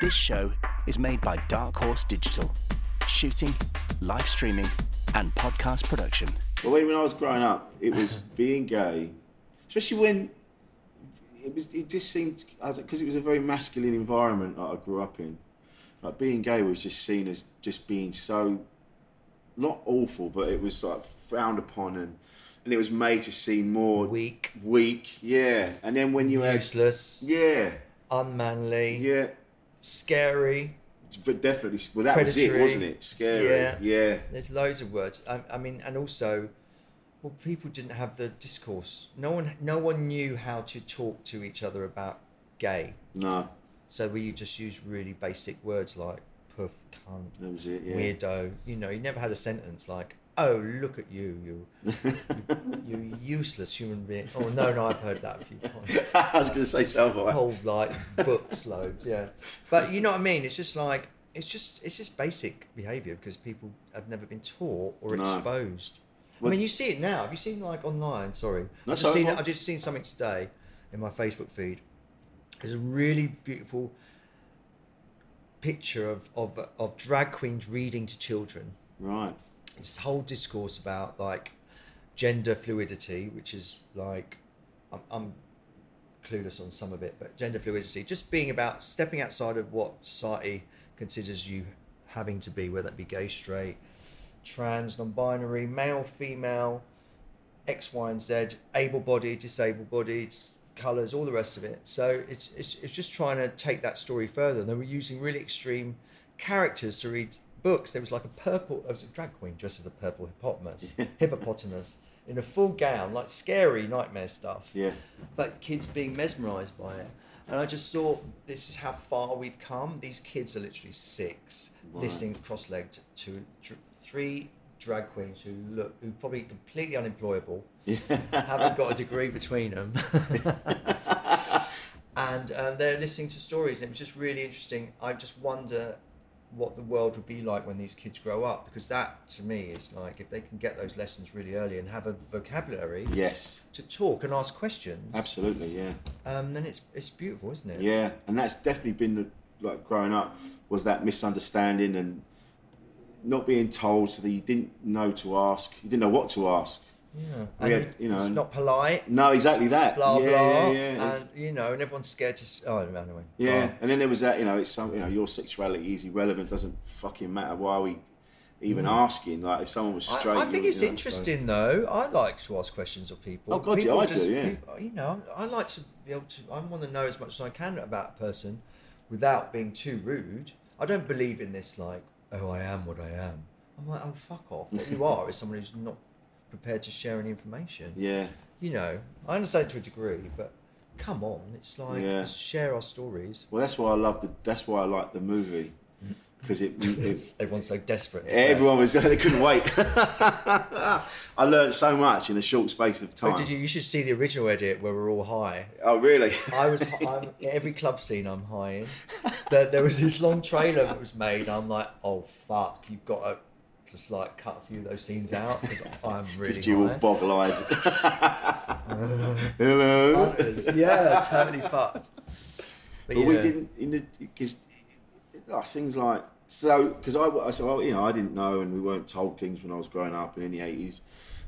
This show is made by Dark Horse Digital, shooting, live streaming, and podcast production.
Well, when when I was growing up, it was being gay, especially when it was. It just seemed because it was a very masculine environment that I grew up in. Like being gay was just seen as just being so not awful, but it was like frowned upon and and it was made to seem more
Weak.
weak. Yeah, and then when you had
Useless,
yeah,
unmanly,
yeah.
scary.
It's ve- Definitely, well, that was it,
Predatory.
wasn't it? Scary,
Yeah.
yeah.
There's loads of words. I, I mean, and also, well, people didn't have the discourse. No one, no one knew how to talk to each other about gay.
No,
So we just used really basic words like puff, cunt,
that was it. Yeah.
weirdo. You know, you never had a sentence like, "Oh, look at you, you, you, you useless human being." Oh no, no, I've heard that a few times.
I was going to say so. have I.
Whole like books loads, yeah. But you know what I mean? It's just like it's just it's just basic behaviour because people have never been taught or
No.
exposed. I mean, you see it now. Have you seen like online? Sorry,
No,
I've just
sorry,
seen
what?
I've just seen something today in my Facebook feed. There's a really beautiful picture of of of drag queens reading to children
Right.
this whole discourse about like gender fluidity, which is like I'm, I'm clueless on some of it, but gender fluidity just being about stepping outside of what society considers you having to be, whether that be gay, straight, trans, non-binary, male, female, X, Y, and Z, able-bodied, disabled-bodied, colours, all the rest of it. So it's, it's it's just trying to take that story further. And they were using really extreme characters to read books. There was like a purple, it was a drag queen dressed as a purple hippopotamus, hippopotamus in a full gown, like scary nightmare stuff.
Yeah.
But kids being mesmerised by it. And I just thought, this is how far we've come. These kids are literally six, listening cross-legged to dr- three drag queens who look, who probably completely unemployable, haven't got a degree between them. and um, they're listening to stories. And it was just really interesting. I just wonder what the world would be like when these kids grow up, because that to me is like if they can get those lessons really early and have a vocabulary
Yes.
to talk and ask questions,
Absolutely. Yeah.
um, then it's it's beautiful, isn't it?
Yeah. And that's definitely been the, like growing up was that misunderstanding and not being told so that you didn't know to ask. You didn't know what to ask.
Yeah.
We
And
had, you know,
it's
and-
not polite.
No, exactly that.
Blah
yeah,
blah,
Yeah. yeah. It's-
and you know, and everyone's scared to. s- Oh, anyway.
Yeah,
Oh.
and then there was that, you know, it's some, you know, your sexuality is irrelevant, doesn't fucking matter. Why are we even asking? Like, if someone was
I-
straight,
I, think
you-
it's
you know,
interesting though. I like to ask questions of people.
Oh, God, yeah,
people
I do, yeah.
people- you know, I like to be able to. I want to know as much as I can about a person without being too rude. I don't believe in this like, oh, I am what I am. I'm like, oh, fuck off. What you are is someone who's not prepared to share any information.
So, yeah,
You know, I understand to a degree, but come on, it's like
Yeah.
let's share our stories.
well, that's why I love the. That's why I like the movie because it, it
Everyone's so desperate.
Everyone was they couldn't wait. I learned so much in a short space of time.
Oh, did you? You should see the original edit where we're all high.
Oh, really?
I was I'm, every club scene I'm high in. There, there was this long trailer that was made. I'm like, oh fuck, you've got to just like cut a few of those scenes out because I'm really
Just you all
high.
boggle eyed. Hello.
yeah, totally fucked.
But we
yeah.
didn't in the because like, things like so because I wa- so I, you know I didn't know and we weren't told things when I was growing up and in the eighties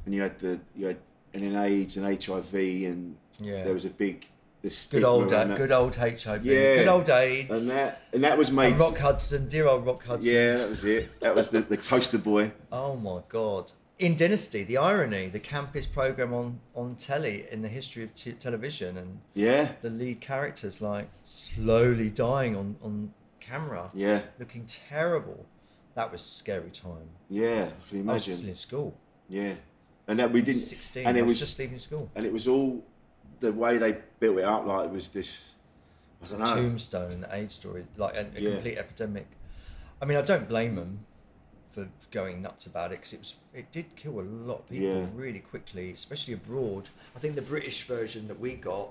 and you had the you had and then AIDS and HIV and
Yeah.
there was a big this
Good
stigma
old,
around
uh,
that.
good old HIV.
yeah
Good old AIDS.
and that and that was made
And Rock Hudson, dear old Rock Hudson.
yeah that was it that was the, the poster boy
Oh my god. in Dynasty, the irony, the campiest program on, on telly in the history of t- television, and
Yeah.
the lead characters like slowly dying on, on camera,
Yeah.
looking terrible. That was a scary time.
Yeah. I can
I was still
imagine.
in school.
Yeah. And that we didn't.
16.
And
I
it
was,
was
just leaving school.
and it was all the way they built it up. Like it was this. I don't know.
Tombstone and the AIDS story, like a, a
Yeah.
complete epidemic. I mean, I don't blame them for going nuts about it because it was it did kill a lot of people
Yeah.
really quickly, especially abroad. I think the British version that we got,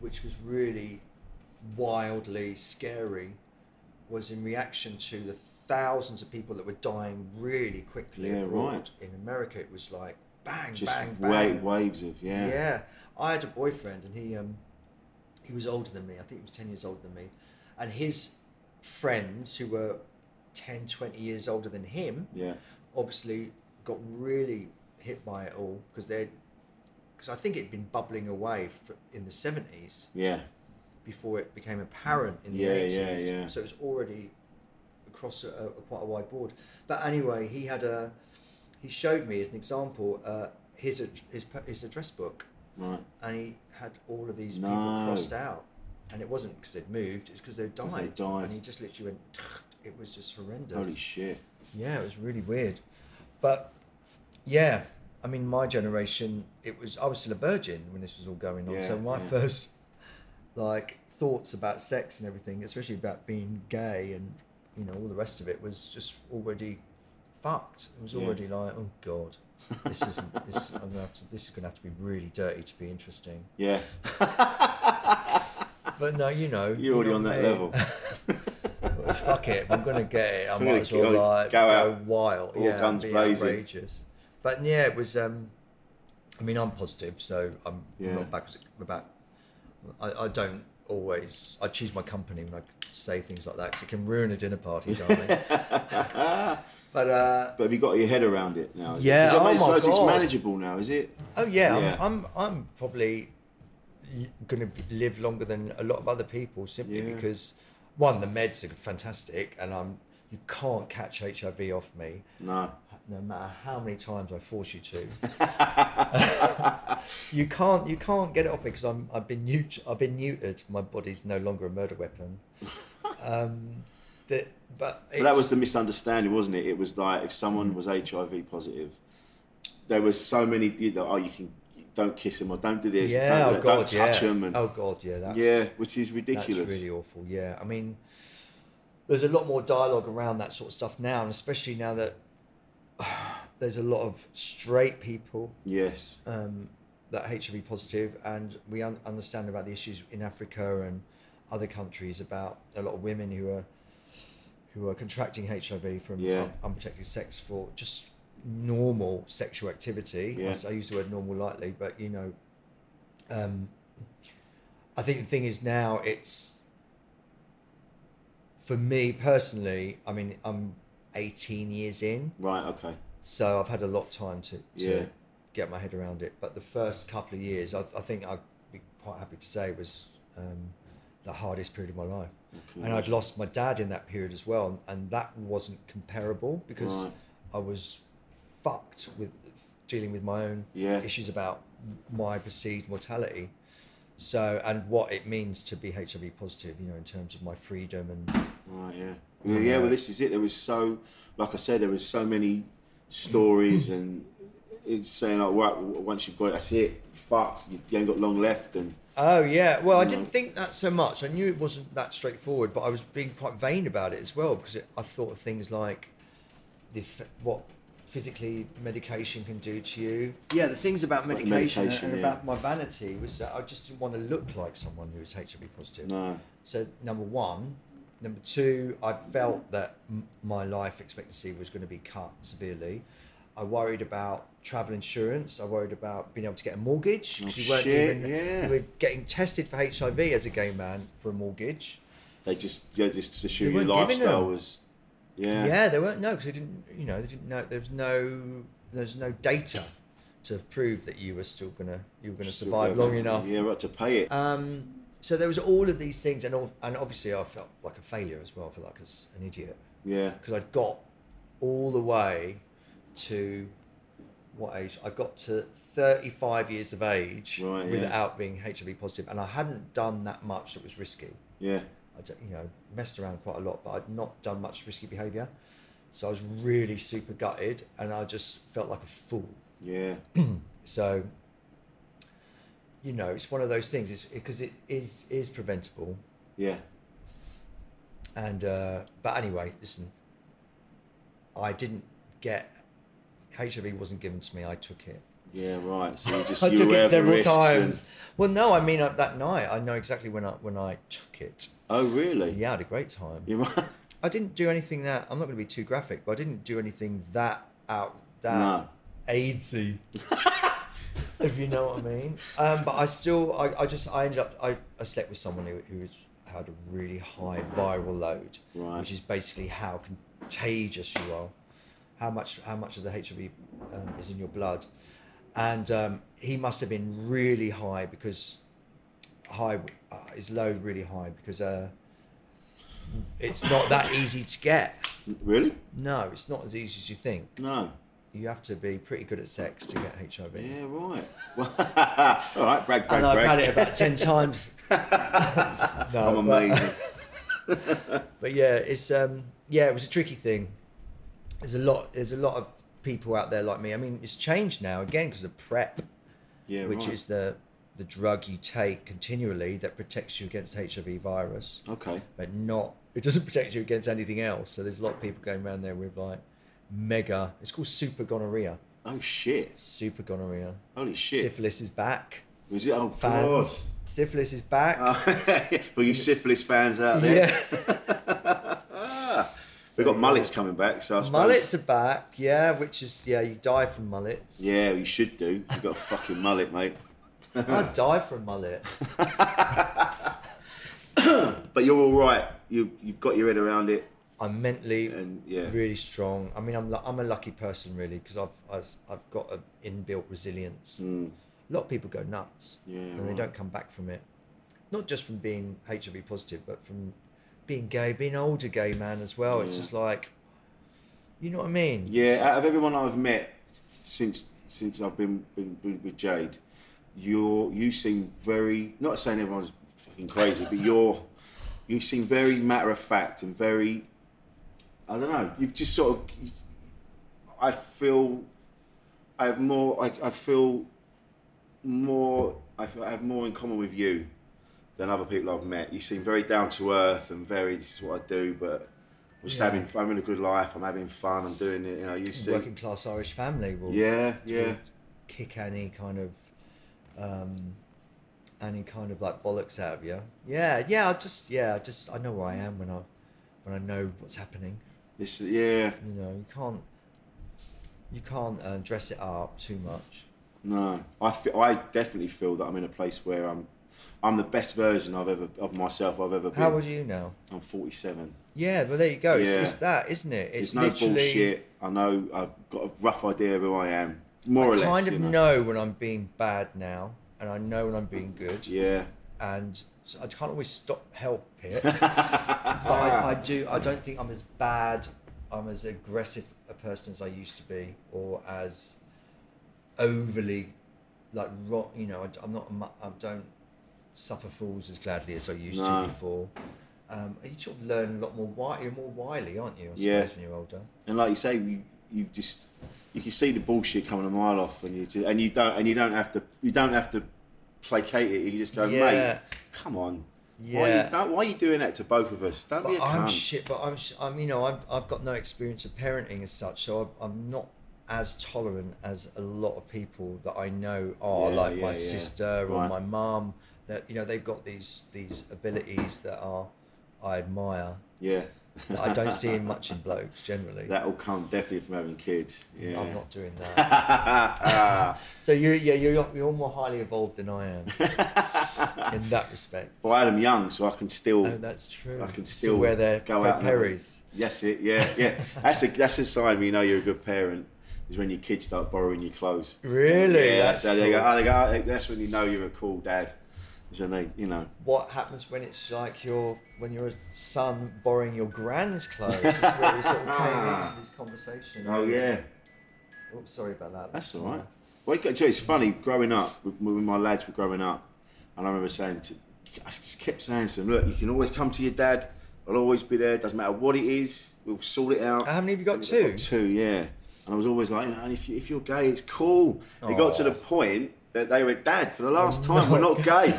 which was really wildly scary, was in reaction to the thousands of people that were dying really quickly
Yeah,
abroad.
right.
In America, it was like bang,
Just
bang, bang.
wa- waves of yeah.
Yeah, I had a boyfriend, and he um, he was older than me. I think he was ten years older than me, and his friends who were 10, 20 years older than him,
Yeah.
obviously got really hit by it all because they, because I think it had been bubbling away f in the seventies
Yeah.
before it became apparent in the
Yeah,
80s.
yeah, yeah.
So it was already across a, a, quite a wide board. But anyway, he had a he showed me as an example uh, his ad- his p- his address book,
Right.
and he had all of these
No.
people crossed out, and it wasn't because they'd moved; it's because they died.
they died.
and he just literally went. It was just horrendous.
Holy shit.
Yeah, it was really weird. But yeah, I mean, my generation, it was I was still a virgin when this was all going on.
Yeah,
so my
yeah.
first like thoughts about sex and everything, especially about being gay and you know all the rest of it, was just already fucked. It was
Yeah.
already like, oh god, this isn't this. I'm gonna have to. This is gonna have to be really dirty to be interesting.
Yeah.
But no, you know,
You're already on that level.
Well, fuck it. If I'm gonna get it. I
I'm
might
gonna
as well
go-
like
go
go,
out
wild.
all
yeah,
guns
be
blazing.
outrageous. But yeah, it was. um I mean, I'm positive, so I'm
Yeah.
not backwards about. I, I don't always. I choose my company when I say things like that because it can ruin a dinner party, darling. but uh,
But have you got your head around it now? is it?
Yeah,
'Cause I
oh
mean,
my
suppose it's
God.
manageable now, is it?
oh yeah,
Yeah.
I'm, I'm I'm probably going to live longer than a lot of other people simply
Yeah.
because one, the meds are fantastic, and I'm you can't catch HIV off me.
No.
no matter how many times I force you to. you can't you can't get it off me because I'm I've been mute I've been neutered. My body's no longer a murder weapon. Um, that but,
But that
it's-
was the misunderstanding, wasn't it? It was like if someone was HIV positive, there was so many. You know, oh, you can don't kiss them or don't do this,
yeah
don't, do
oh
that,
god
don't touch
yeah
them, and
oh god yeah that's,
yeah, which is ridiculous.
that's really awful yeah I mean there's a lot more dialogue around that sort of stuff now and especially now that there's a lot of straight people
yes,
Uh. that HIV positive, and we un- understand about the issues in Africa and other countries about a lot of women who are who are contracting HIV from
Yeah.
un- unprotected sex for just normal sexual activity. I
Yeah.
s- I, use the word normal lightly, but you know, um, I think the thing is now it's for me personally. I mean, I'm 18 years in,
right, okay,
so I've had a lot of time to, to
Yeah.
get my head around it. But the first couple of years, I, I think I'd be quite happy to say was um, the hardest period of my life. And I'd lost my dad in that period as well, and, and that wasn't comparable because
Right.
I was fucked with dealing with my own
Yeah.
issues about my perceived mortality. So, and what it means to be HIV positive, you know, in terms of my freedom and
right, yeah, yeah,
Oh,
yeah. Well, this is it. There was so, like I said, there was so many stories and it's saying like, right, w- once you've got it, that's it. You fucked. You, you ain't got long left, and
Oh yeah. Well, I didn't think that so much. I knew it wasn't that straightforward, but I was being quite vain about it as well because it, I thought of things like the f- what physically medication can do to you. Yeah, the things about medication,
medication,
and
yeah.
about my vanity was that I just didn't want to look like someone who was HIV positive.
no,
So number one, number two, I felt that m- my life expectancy was going to be cut severely. I worried about travel insurance. I worried about being able to get a mortgage because
Oh,
you weren't
shit,
even
yeah.
you were getting tested for HIV as a gay man for a mortgage.
they just yeah, just assume
They
your
weren't giving
lifestyle
them.
was,
Yeah,
yeah,
they weren't no because they didn't. You know, they didn't know there was no there's no data to prove that you were still gonna you were gonna survive long enough. Uh,
Yeah, right to pay it.
So there was all of these things, and all, and obviously I felt like a failure as well. I felt like I was an idiot.
yeah,
because I'd got all the way to what age? I got to 35 years of age
Right, yeah.
without being HIV positive, and I hadn't done that much that was risky.
Yeah.
I d- you know messed around quite a lot, but I'd not done much risky behaviour, so I was really super gutted, and I just felt like a fool.
Yeah.
So, you know, it's one of those things. It's because it is is preventable,
Yeah.
and uh, but anyway, listen. I didn't get HIV wasn't given to me. I took it.
Yeah. Right. So you just
I
you
took
were aware
it
of the
several
risks and-
times. Well, no, I mean uh, that night. I know exactly when I when I took it.
oh really?
Yeah, I had a great time.
You're right.
I didn't do anything that I'm not going to be too graphic, but I didn't do anything that out that
No.
AIDSy. if you know what I mean. Um, but I still, I, I just, I ended up, I, I slept with someone who who was, had a really high viral load,
Right.
which is basically how contagious you are, how much how much of the HIV um, is in your blood, and um, he must have been really high because high uh, his load really high because uh, it's not that easy to get.
Really?
No, it's not as easy as you think.
No.
You have to be pretty good at sex to get HIV.
Yeah. Right. All right. Brag. Brag.
And I've
brag.
had it about ten times. no,
I'm
but-
amazing.
but yeah, it's um yeah, it was a tricky thing. There's a lot. There's a lot of people out there like me. I mean, it's changed now again because of PrEP,
Yeah.
which
right.
is the the drug you take continually that protects you against HIV virus,
okay.
but not it doesn't protect you against anything else. So there's a lot of people going around there with like mega. It's called super gonorrhea.
Oh shit!
Super gonorrhea.
Holy shit!
Syphilis is back.
Was it? Oh,
Fans.
fans.
Syphilis is back.
Ah, For you syphilis fans out there,
yeah.
we've got mullets coming back. So I suppose.
Mullets are back, yeah, which is yeah, you die from mullets.
Yeah, you should do. You've got a fucking mullet, mate.
I'd die for a mullet.
But you're all right. You you've got your head around it.
I'm mentally
And, yeah.
really strong. I mean, I'm lu- I'm a lucky person really because I've, I've I've got an inbuilt resilience. A lot of people go nuts,
Mm. Yeah,
and they
right.
don't come back from it. Not just from being HIV positive, but from being gay, being an older gay man as well. It's
Yeah.
just like, you know what I mean?
Yeah, out of everyone I've met since since I've been been, been with Jade, you you seem very not saying everyone's fucking crazy, but you're you seem very matter of fact and very I don't know. You've just sort of I feel I have more I, I feel more I, feel I have more in common with you than other people I've met. You seem very down to earth and very this is what I do, but I'm just having I'm having a good life. I'm having fun. I'm doing it. You know, you see,
working class Irish family will
yeah, yeah,
kick any kind of um any kind of like bollocks out of you. Yeah, yeah, I just yeah, I just I know where I am when I when I know what's happening.
this, yeah,
You know, you can't you can't uh, dress it up too much.
no. I feel, I definitely feel that I'm in a place where I'm I'm the best version I've ever of myself I've ever been.
How old are you now?
I'm 47.
Yeah, well there you go. It's,
Yeah.
it's that, isn't it? It's
There's no
literally
bullshit. I know I've got a rough idea of who I am, more or less.
kind of
you know.
know when I'm being bad now and I know when I'm being good.
Yeah,
and so I can't always stop help it. but I, I do. I don't think I'm as bad. I'm as aggressive a person as I used to be, or as overly like rot. You know, I, am not. a mu- I don't suffer fools as gladly as I used
No.
to before. Um, you sort of learn a lot more. Wi- you're more wily, aren't you? I suppose
Yeah.
when you're older.
and like you say, you you just you can see the bullshit coming a mile off, and you just, and you don't and you don't have to you don't have to placate it. You just go, mate,
Yeah.
come on. Why, are
Yeah.
you, don't, why are you doing that to both of us? Don't be a
But I'm
cunt.
shit. But I'm, sh- I'm you know, I've, I've got no experience of parenting as such, so I'm, I'm not as tolerant as a lot of people that I know are,
Yeah,
like
yeah,
my
yeah.
sister or
Right.
my mum. That you know, they've got these these abilities that are I admire.
yeah,
that I don't see in much in blokes generally.
that'll come definitely from having kids. Yeah,
I'm not doing that. so you, yeah, you're you're more highly evolved than I am in that respect.
Well, I had 'em young, so I can still.
Oh, that's true.
I can
So
still
wear their
go
Fred
out. and have a-
Perrys.
Yes, it. Yeah, yeah. That's a that's a sign we know you're a good parent. Is when your kids start borrowing your clothes.
Really?
Yeah,
That's
so they go,
cool.
oh, they go, oh, that's when you know you're a cool dad. Is when they, you know,
what happens when it's like your when you're a son
Ah.
borrowing your grand's clothes is where we sort of came into this conversation
oh yeah,
Oh, sorry about that.
Oh, That's all right. Well, you got- it's funny. Growing up, with- when my lads were growing up, and I remember saying, to, I just kept saying to them, "Look, you can always come to your dad. I'll always be there. Doesn't matter what it is. We'll sort it out."
How many have you got?
And they've two,
Two?
yeah. And I was always like, you know, if, you, if you're gay, it's cool. It got to the point that they went, Dad, for the last
Oh,
time, we're not gay.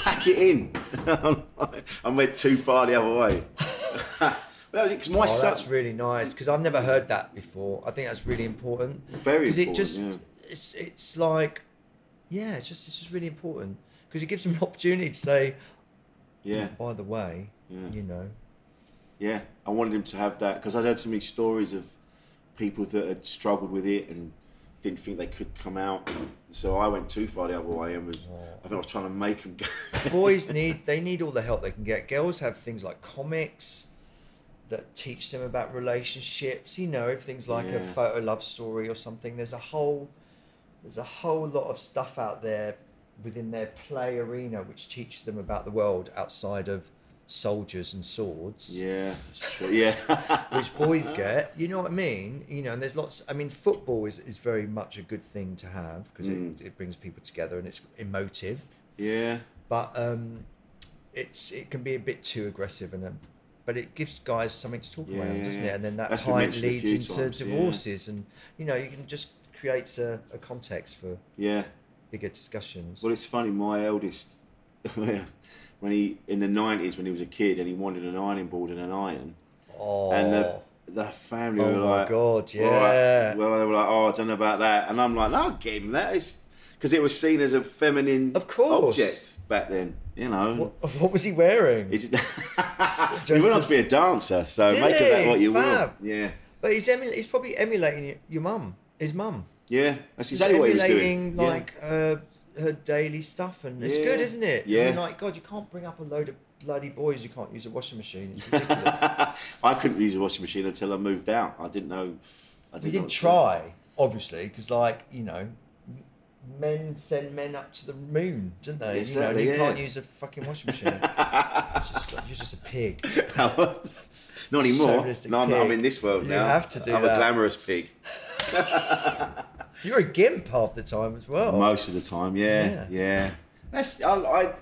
Pack it in. I went too far the other way. but that was because my
Oh,
son.
that's really nice because I've never heard that before. I think that's really important.
Very
Because it
important,
just
yeah.
it's it's like yeah, it's just it's just really important because it gives them an opportunity to say,
yeah.
by the way, you know,
Yeah, I wanted him to have that because I'd heard so many stories of people that had struggled with it and didn't think they could come out. So I went too far the other way and was I think I was trying to make him go.
boys need they need all the help they can get. Girls have things like comics that teach them about relationships. You know, if things like a
Yeah.
photo love story or something, there's a whole there's a whole lot of stuff out there within their play arena which teaches them about the world outside of soldiers and swords.
yeah, it's true, yeah,
which boys get. You know what I mean? You know, and there's lots. I mean, football is, is very much a good thing to have because
Mm.
it, it brings people together and it's emotive.
yeah,
But um, it's it can be a bit too aggressive and. Um, but it gives guys something to talk
Yeah,
around,
yeah,
doesn't
yeah.
it? And then that
That's been
time
mentioned a
leads
few
into
times, yeah.
divorces, and you know you can just create a, a context for
yeah.
bigger discussions.
Well, it's funny. My eldest, when he in the nineties when he was a kid and he wanted an ironing board and an iron,
oh,
and the, the family
Oh
were
my
like,
God,
"All
yeah."
Well, they were like, "Oh, I don't know about that," and I'm like, "No, I'll give him that." It's because it was seen as a feminine,
Of course.
object back then. You know,
what, what was he wearing?
It's- he
Just
went on
as-
to be a dancer, so
Did
make of that
he?
what you
Fab.
will. Yeah,
but he's emul- he's probably emulating y- your mum, his mum.
yeah, that's
She's
exactly what he was
emulating,
doing. Yeah.
like her, her daily stuff, and it's
Yeah.
good, isn't it? I
Yeah.
mean, like God, you can't bring up a load of bloody boys who can't use a washing machine. It's ridiculous.
I couldn't use a washing machine until I moved out. I didn't know. I didn't know
we
what
didn't
to do.
try, obviously, because like you know, men send men up to the moon, didn't they?
Exactly,
you know, and you
yeah.
can't use a fucking washing machine. it's just like, you're just a pig.
I was. Not anymore.
Chauvinistic
No, I'm, I'm
pig.
in this world
You
now.
have to do
I'm a
that.
glamorous pig.
You're a gimp half the time as well.
Most of the time, yeah, yeah.
Oh. Yeah.
That's I, I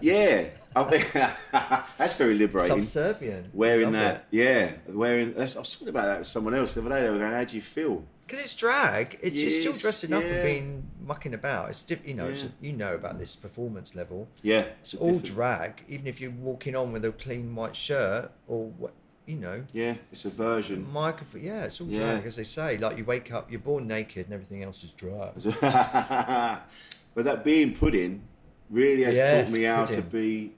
yeah. I think that's very liberating.
Subservient.
Wearing that, yeah. Wearing. That's, I was talking about that with someone else the other day. They were going, "How do you feel?"
Because it's drag. It's you're still
Yes,
dressing up
yeah.
and being mucking about. It's diff- you know it's-
Yeah.
you know about this performance level.
Yeah,
It's all drag. Even if you're walking on with a clean white shirt or what you know
Yeah, it's a version.
microphone. Yeah, it's all
Yeah.
drag, as they say. Like you wake up, you're born naked, and everything else is drag.
but that being pudding really has
Yes,
taught me how to
pudding.
be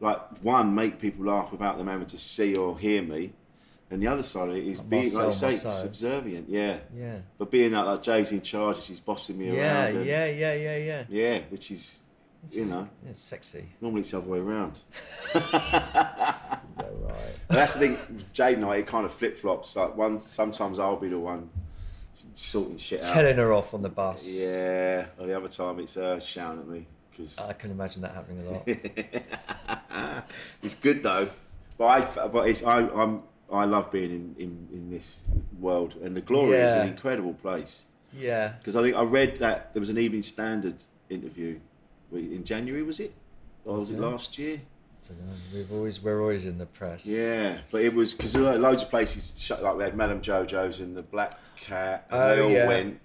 like one, make people laugh without them having to see or hear me, and the other side of it is being like you
Marcel
say
Marceau.
subservient. Yeah,
Yeah.
But being that like Jay's in charge, she's bossing me
Yeah,
around. and-
yeah, yeah, yeah, yeah.
Yeah, which is you know
Yeah, It's sexy.
normally it's the other way around.
Yeah, right.
But that's the thing. with Jay and I, it kind of flip flops. Like one, sometimes I'll be the one sorting shit out.
Telling her off on the bus.
Yeah, or the other time it's her shouting at me because
I can imagine that happening a lot.
it's good though. But I, but it's I, I'm I love being in, in, in this world, and the glory is an
Yeah.
incredible place.
yeah.
Because I think I read that there was an Evening Standard interview wait, in January, was it? Or was it last year?
Dunno, We've always we're always in the press.
Yeah, but it was because there were loads of places shut. Like we had Madame JoJo's and the Black Cat. and
Oh,
they all
yeah.
went,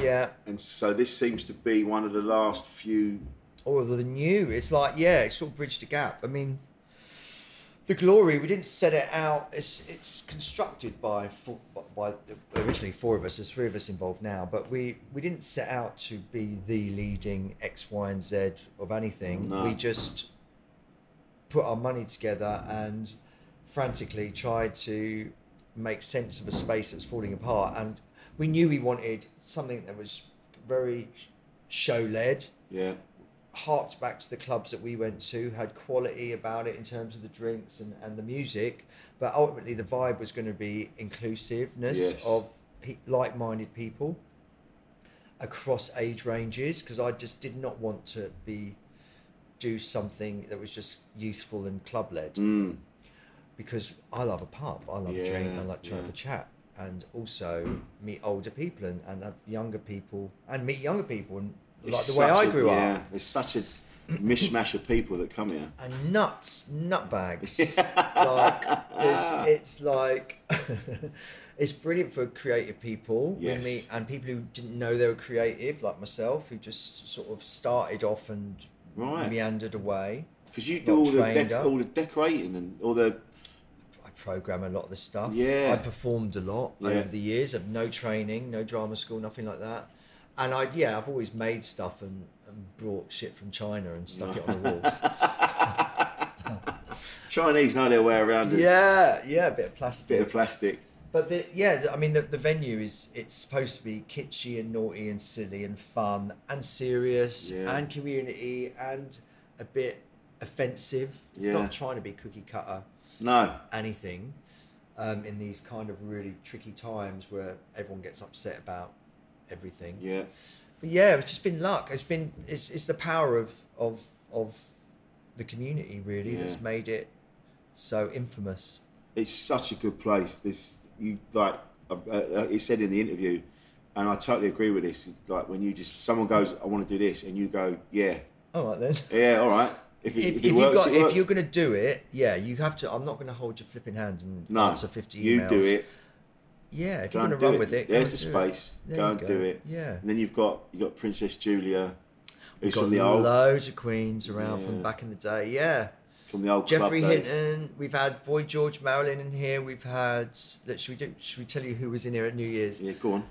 Yeah.
and so this seems to be one of the last few.
or the new. It's like, yeah, it sort of bridged the gap. I mean, the glory we didn't set it out. It's it's constructed by four, by the- originally four of us. There's three of us involved now, but we we didn't set out to be the leading X, Y, and Z of anything.
No.
We just put our money together and frantically tried to make sense of a space that was falling apart. And we knew we wanted something that was very show led
Yeah,
harked back to the clubs that we went to, had quality about it in terms of the drinks and, and the music, but ultimately the vibe was going to be inclusiveness
Yes.
of pe- like minded people across age ranges because I just did not want to be do something that was just youthful and club led because I love a pub, I love a drink,
Mm. Yeah,
I like to have
yeah.
a chat. and also meet older people and, and have younger people and meet younger people and like the way
I
I grew
yeah,
up.
It's such a mishmash of people that come here.
And nuts, nutbags. like it's, it's like it's brilliant for creative people. We
Yes.
meet- and people who didn't know they were creative, like myself, who just sort of started off and
Right.
meandered away.
Because you
Got
do all the,
trained
dec-
up.
all the decorating and all the.
I program a lot of the stuff.
Yeah.
I performed a lot
Yeah.
over the years of no training, no drama school, nothing like that. And I yeah, I've always made stuff and, and brought shit from China and stuck it on the walls.
Chinese know their way around it.
yeah, yeah, a bit of
Bit
plastic.
of plastic.
But the, yeah, the- I mean the, the venue is it's supposed to be kitschy and naughty and silly and fun and serious
Yeah.
and community and a bit offensive. It's
Yeah.
not trying to be cookie cutter.
No.
anything um, in these kind of really tricky times where everyone gets upset about everything.
Yeah.
But yeah, it's just been luck. It's been it's it's the power of of of the community really that's
Yeah.
made it so infamous.
it's such a good place. This you like uh, uh, it said in the interview, and I totally agree with this. Like when you just someone goes, I want to do this, and you go, yeah,
All right then.
yeah, all right. If it,
If,
if,
if,
it
you
works,
got,
it
if
works.
you're going to do it, yeah, you have to. I'm not going to hold your flipping hand and
no,
answer 50 emails.
you do it.
Yeah, if
Go
you're
and
going
do
to run
it.
with it, go
There's the
and do it.
space.
There
Go
you
and do it.
Yeah.
And then you've got you have got Princess Julia,
We've
who's
got
from the old
loads of queens around
Yeah.
from back in the day. Yeah.
from the old
Jeffrey
club days.
Hinton. We've had Boy George Marilyn in here. We've had. Look, should we do? Should we tell you who was in here at New Year's?
Yeah, go on.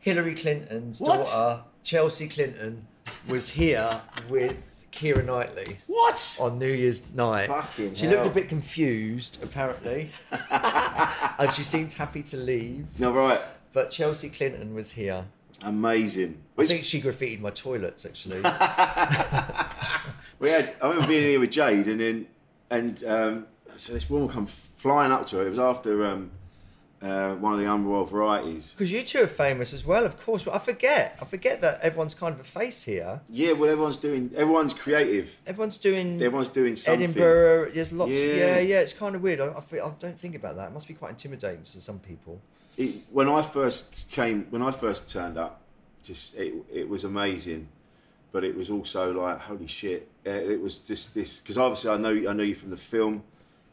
Hillary Clinton's
What?
daughter, Chelsea Clinton, was here with Kira Knightley
What?
on New Year's night.
Fucking
she looked a
hell.
bit confused, apparently, and she seemed happy to leave.
No, right.
But Chelsea Clinton was here.
Amazing.
I think she graffitied my toilets actually.
We had. I remember being here with Jade, and then and um, so this woman come flying up to her. It was after um, uh, one of the Unroyal varieties.
Because you two are famous as well, of course. But I forget. I forget that everyone's kind of a face here.
Yeah, well, everyone's doing. Everyone's creative.
Everyone's doing.
Everyone's doing something.
Edinburgh. There's lots.
Yeah.
Of, yeah, yeah. It's kind of weird. I, I, feel, I don't think about that. It must be quite intimidating to some people.
It, when I first came, when I first turned up, just it, it was amazing, but it was also like holy shit. Uh, It was just this because obviously I know I know you from the film,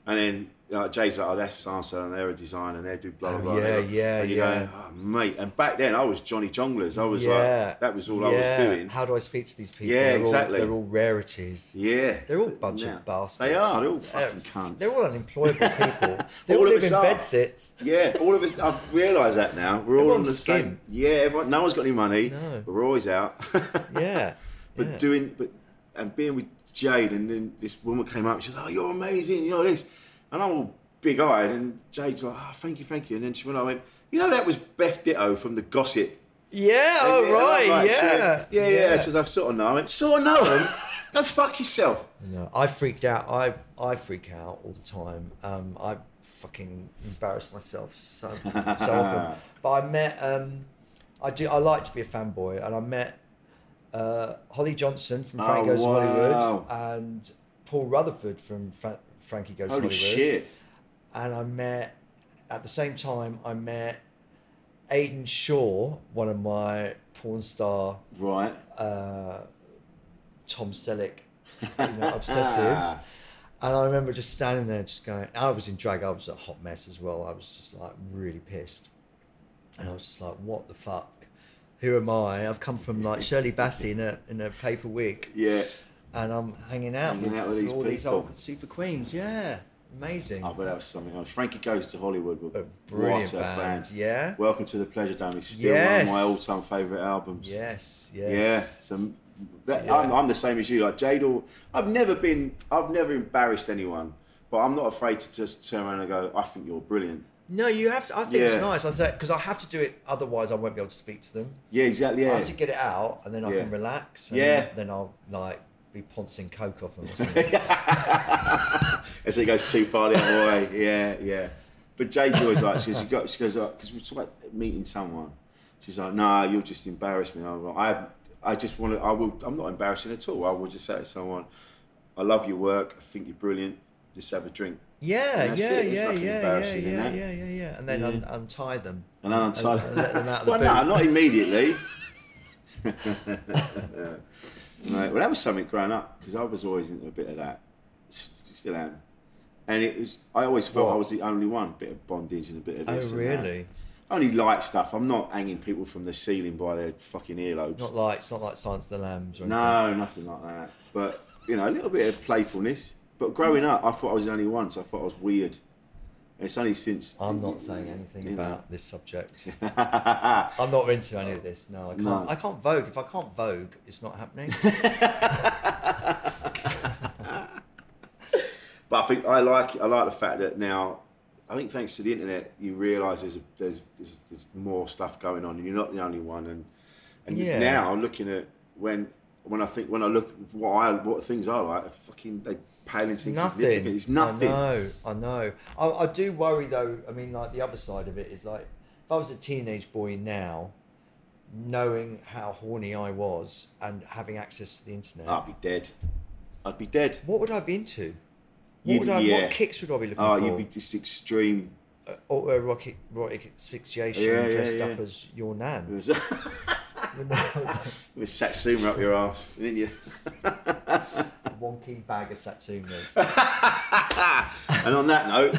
and then uh, Jay's like, oh, that's Sansa and they're a designer and they do blah blah blah.
Oh, yeah,
and
yeah,
and you're
yeah.
Going, oh, mate, and back then I was Johnny Jonglers. I was
yeah,
like, that was all
yeah.
I was doing.
How do I speak to these people?
Yeah,
They're all-
exactly.
they're all rarities.
yeah,
They're all a bunch
Now-
of bastards.
They are. They're all fucking cunts.
They're all unemployable people. they
All
all,
of
live
us
in
are.
bedsits.
Yeah, all of us. I've realised that now. We're all on
Everyone's
the same.
skint.
Yeah, everyone, no one's got any money.
No.
We're always out.
Yeah.
but
yeah.
doing, but and being with Jade, and then this woman came up. She was, "Oh, you're amazing. You know this," and I'm all big eyed, and Jade's like, "Oh, thank you, thank you." And then she went, "I went, you know, that was Beth Ditto from the Gossip."
Yeah.
And
Oh
yeah,
right.
I'm like, she
yeah.
went, yeah, yeah. She says, "I sort of know." I went, "Sort of know him? Go fuck yourself."
No, I freaked out. I I freak out all the time. Um, I fucking embarrass myself so so often. But I met. Um, I do. I like to be a fanboy, and I met uh, Holly Johnson from Frankie
Oh,
Goes to
wow.
Hollywood and Paul Rutherford from Fra- Frankie Goes
Holy
to Hollywood.
shit!
And I met at the same time. I met Aidan Shaw, one of my porn star
Right.
uh, Tom Selleck, you know, obsessives. And I remember just standing there, just going. I was in drag. I was a hot mess as well. I was just like really pissed, and I was just like, "What the fuck? Who am I? I've come from like Shirley Bassey in a in a paper wig,
yeah.
and I'm hanging out,
Hanging
with,
out with these
all these
people.
old super queens. Yeah, amazing.
Oh, but that was something else. Frankie Goes to Hollywood. were-
A brilliant
what a band.
band, yeah.
Welcome to the Pleasure Dome is still
Yes.
one of my all-time favourite albums.
yes,
Yeah.
yes.
So that, I'm, I'm the same as you. Like Jade, or I've never been. I've never embarrassed anyone, but I'm not afraid to just turn around and go. I think you're brilliant.
No, you have to. I think
Yeah.
it's nice. I think because I have to do it. Otherwise, I won't be able to speak to them.
Yeah. Exactly. Yeah.
I have to get it out, and then I
Yeah.
can relax. And
Yeah.
Then, then I'll like be poncing coke off them or something.
As he goes too far the other way. Yeah, yeah. But Jade's always like, she goes, she goes, because we're talking about meeting someone. She's like, nah, you'll just embarrass me. I'm like, I, I just want to, I will, I'm not embarrassing at all. I will just say to someone, I love your work. I think you're brilliant. Just have a drink.
Yeah,
that's
yeah,
it. There's
yeah,
nothing
yeah,
embarrassing
yeah,
in
yeah,
that.
yeah, yeah, yeah, and then Un- untie them.
And then untie
And- and let them out of the
well, no,
boot.
not immediately. no, well, that was something growing up because I was always into a bit of that. S- Still am. And it was, I always felt I was the only one. bit of bondage and a bit of
Oh
this. and that.
really?
Only light stuff. I'm not hanging people from the ceiling by their fucking earlobes.
Not like it's not like Science of the Lambs or anything.
No, nothing like that. But you know, a little bit of playfulness. But growing up, I thought I was the only one, so I thought I was weird. It's only since
I'm not saying anything
You know.
about this subject. I'm not into any of this. No, I can't.
No.
I can't vogue. If I can't vogue, it's not happening.
But I think I like I like the fact that now, I think thanks to the internet, you realise there's, there's there's there's more stuff going on, and you're not the only one. And and
Yeah.
now looking at when when I think when I look what I what things I like, fucking they pale in
nothing.
significance. It's nothing.
I know. I know. I, I do worry though. I mean, like the other side of it is like, if I was a teenage boy now, knowing how horny I was and having access to the internet,
I'd be dead. I'd be dead.
what would I be into? What
You'd-
would I?
yeah.
What kicks would I be looking
Oh,
for?
you'd be just extreme.
or erotic, erotic asphyxiation
Yeah, yeah,
dressed
yeah.
up as your
It
nan.
was, it was Satsuma up your ass, didn't you?
Wonky bag of satsumas.
and on that note,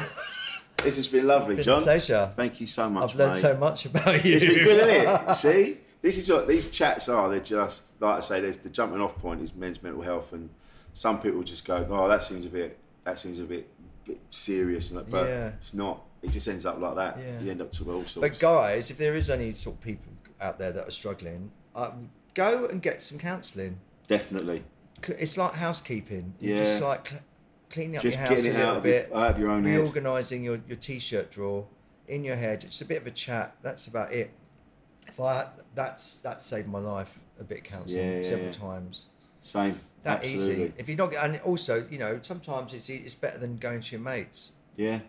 this has been lovely,
Been a
John.
pleasure.
Thank you so much.
I've learned
mate.
so much about you.
It's been good, isn't it? See, this is what these chats are. They're just like I say. There's the jumping off point is men's mental health, and some people just go, "Oh, that seems a bit. That seems a bit, bit serious," and that- but
Yeah.
it's not. It just ends up like that.
Yeah.
You end up to all sorts.
But guys, if there is any sort of people out there that are struggling, um, go and get some counselling.
Definitely,
C- It's like housekeeping. You
Yeah.
just like cl- cleaning up
just
your house
getting
a
it
little
out of,
bit,
your, out of your own head.
reorganising your, your t-shirt drawer in your head. It's a bit of a chat. That's about it. If I, that's that saved my life. A bit of counselling
Yeah, yeah,
several
yeah.
times.
Same.
that
Absolutely.
easy. If you're not, and also, you know, sometimes it's e, it's better than going to your mates.
Yeah.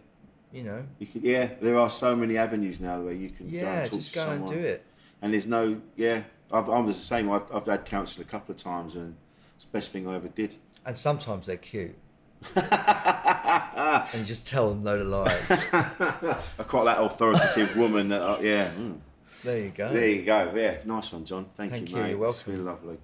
You know,
You could, yeah, there are so many avenues now where you can go
yeah,
and talk
just
to
go
someone.
and do it.
and there's no yeah I've, i was the same I've, I've had counsel a couple of times and it's the best thing i ever did
And sometimes they're cute. and you just tell them load of lies.
i quite that authoritative woman that uh, yeah mm.
there you go.
there you go yeah nice one john thank,
Thank
you
you,
mate
you're
it's been lovely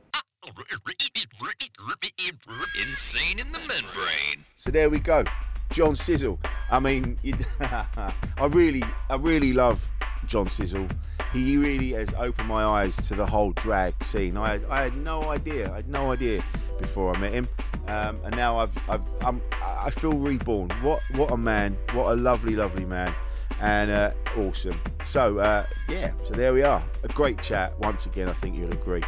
Insane in the membrane.
So there we go, John Sizzle. I mean, you- I really, I really love John Sizzle. He really has opened my eyes to the whole drag scene. I, I had no idea. I had no idea before I met him, um, and now I've, I've, I'm, I feel reborn. What, what a man! What a lovely, lovely man, and uh, awesome. So uh, yeah, so there we are. A great chat once again. I think you'll agree.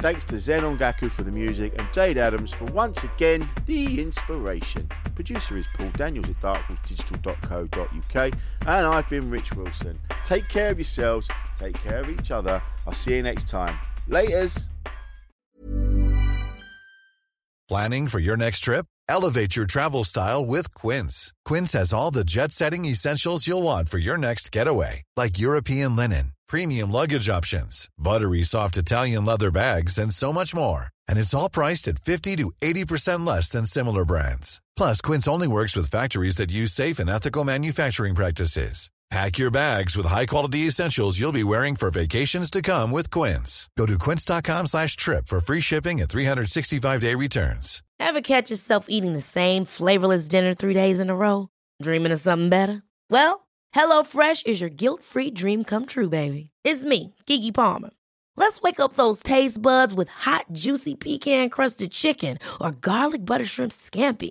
Thanks to Zenon Gaku for the music and Jade Adams for once again the inspiration. Producer is Paul Daniels at darkwolfdigital.co.uk and I've been Rich Wilson. Take care of yourselves, take care of each other. I'll see you next time. Laters.
Planning for your next trip? Elevate your travel style with Quince. Quince has all the jet setting essentials you'll want for your next getaway, like European linen, premium luggage options, buttery soft Italian leather bags, and so much more. And it's all priced at 50 to 80% less than similar brands. Plus, Quince only works with factories that use safe and ethical manufacturing practices. Pack your bags with high-quality essentials you'll be wearing for vacations to come with Quince. Go to quince.com slash trip for free shipping and 365-day returns.
Ever catch yourself eating the same flavorless dinner three days in a row? Dreaming of something better? Well, HelloFresh is your guilt free dream come true, baby. It's me, Gigi Palmer. Let's wake up those taste buds with hot, juicy pecan crusted chicken or garlic butter shrimp scampi.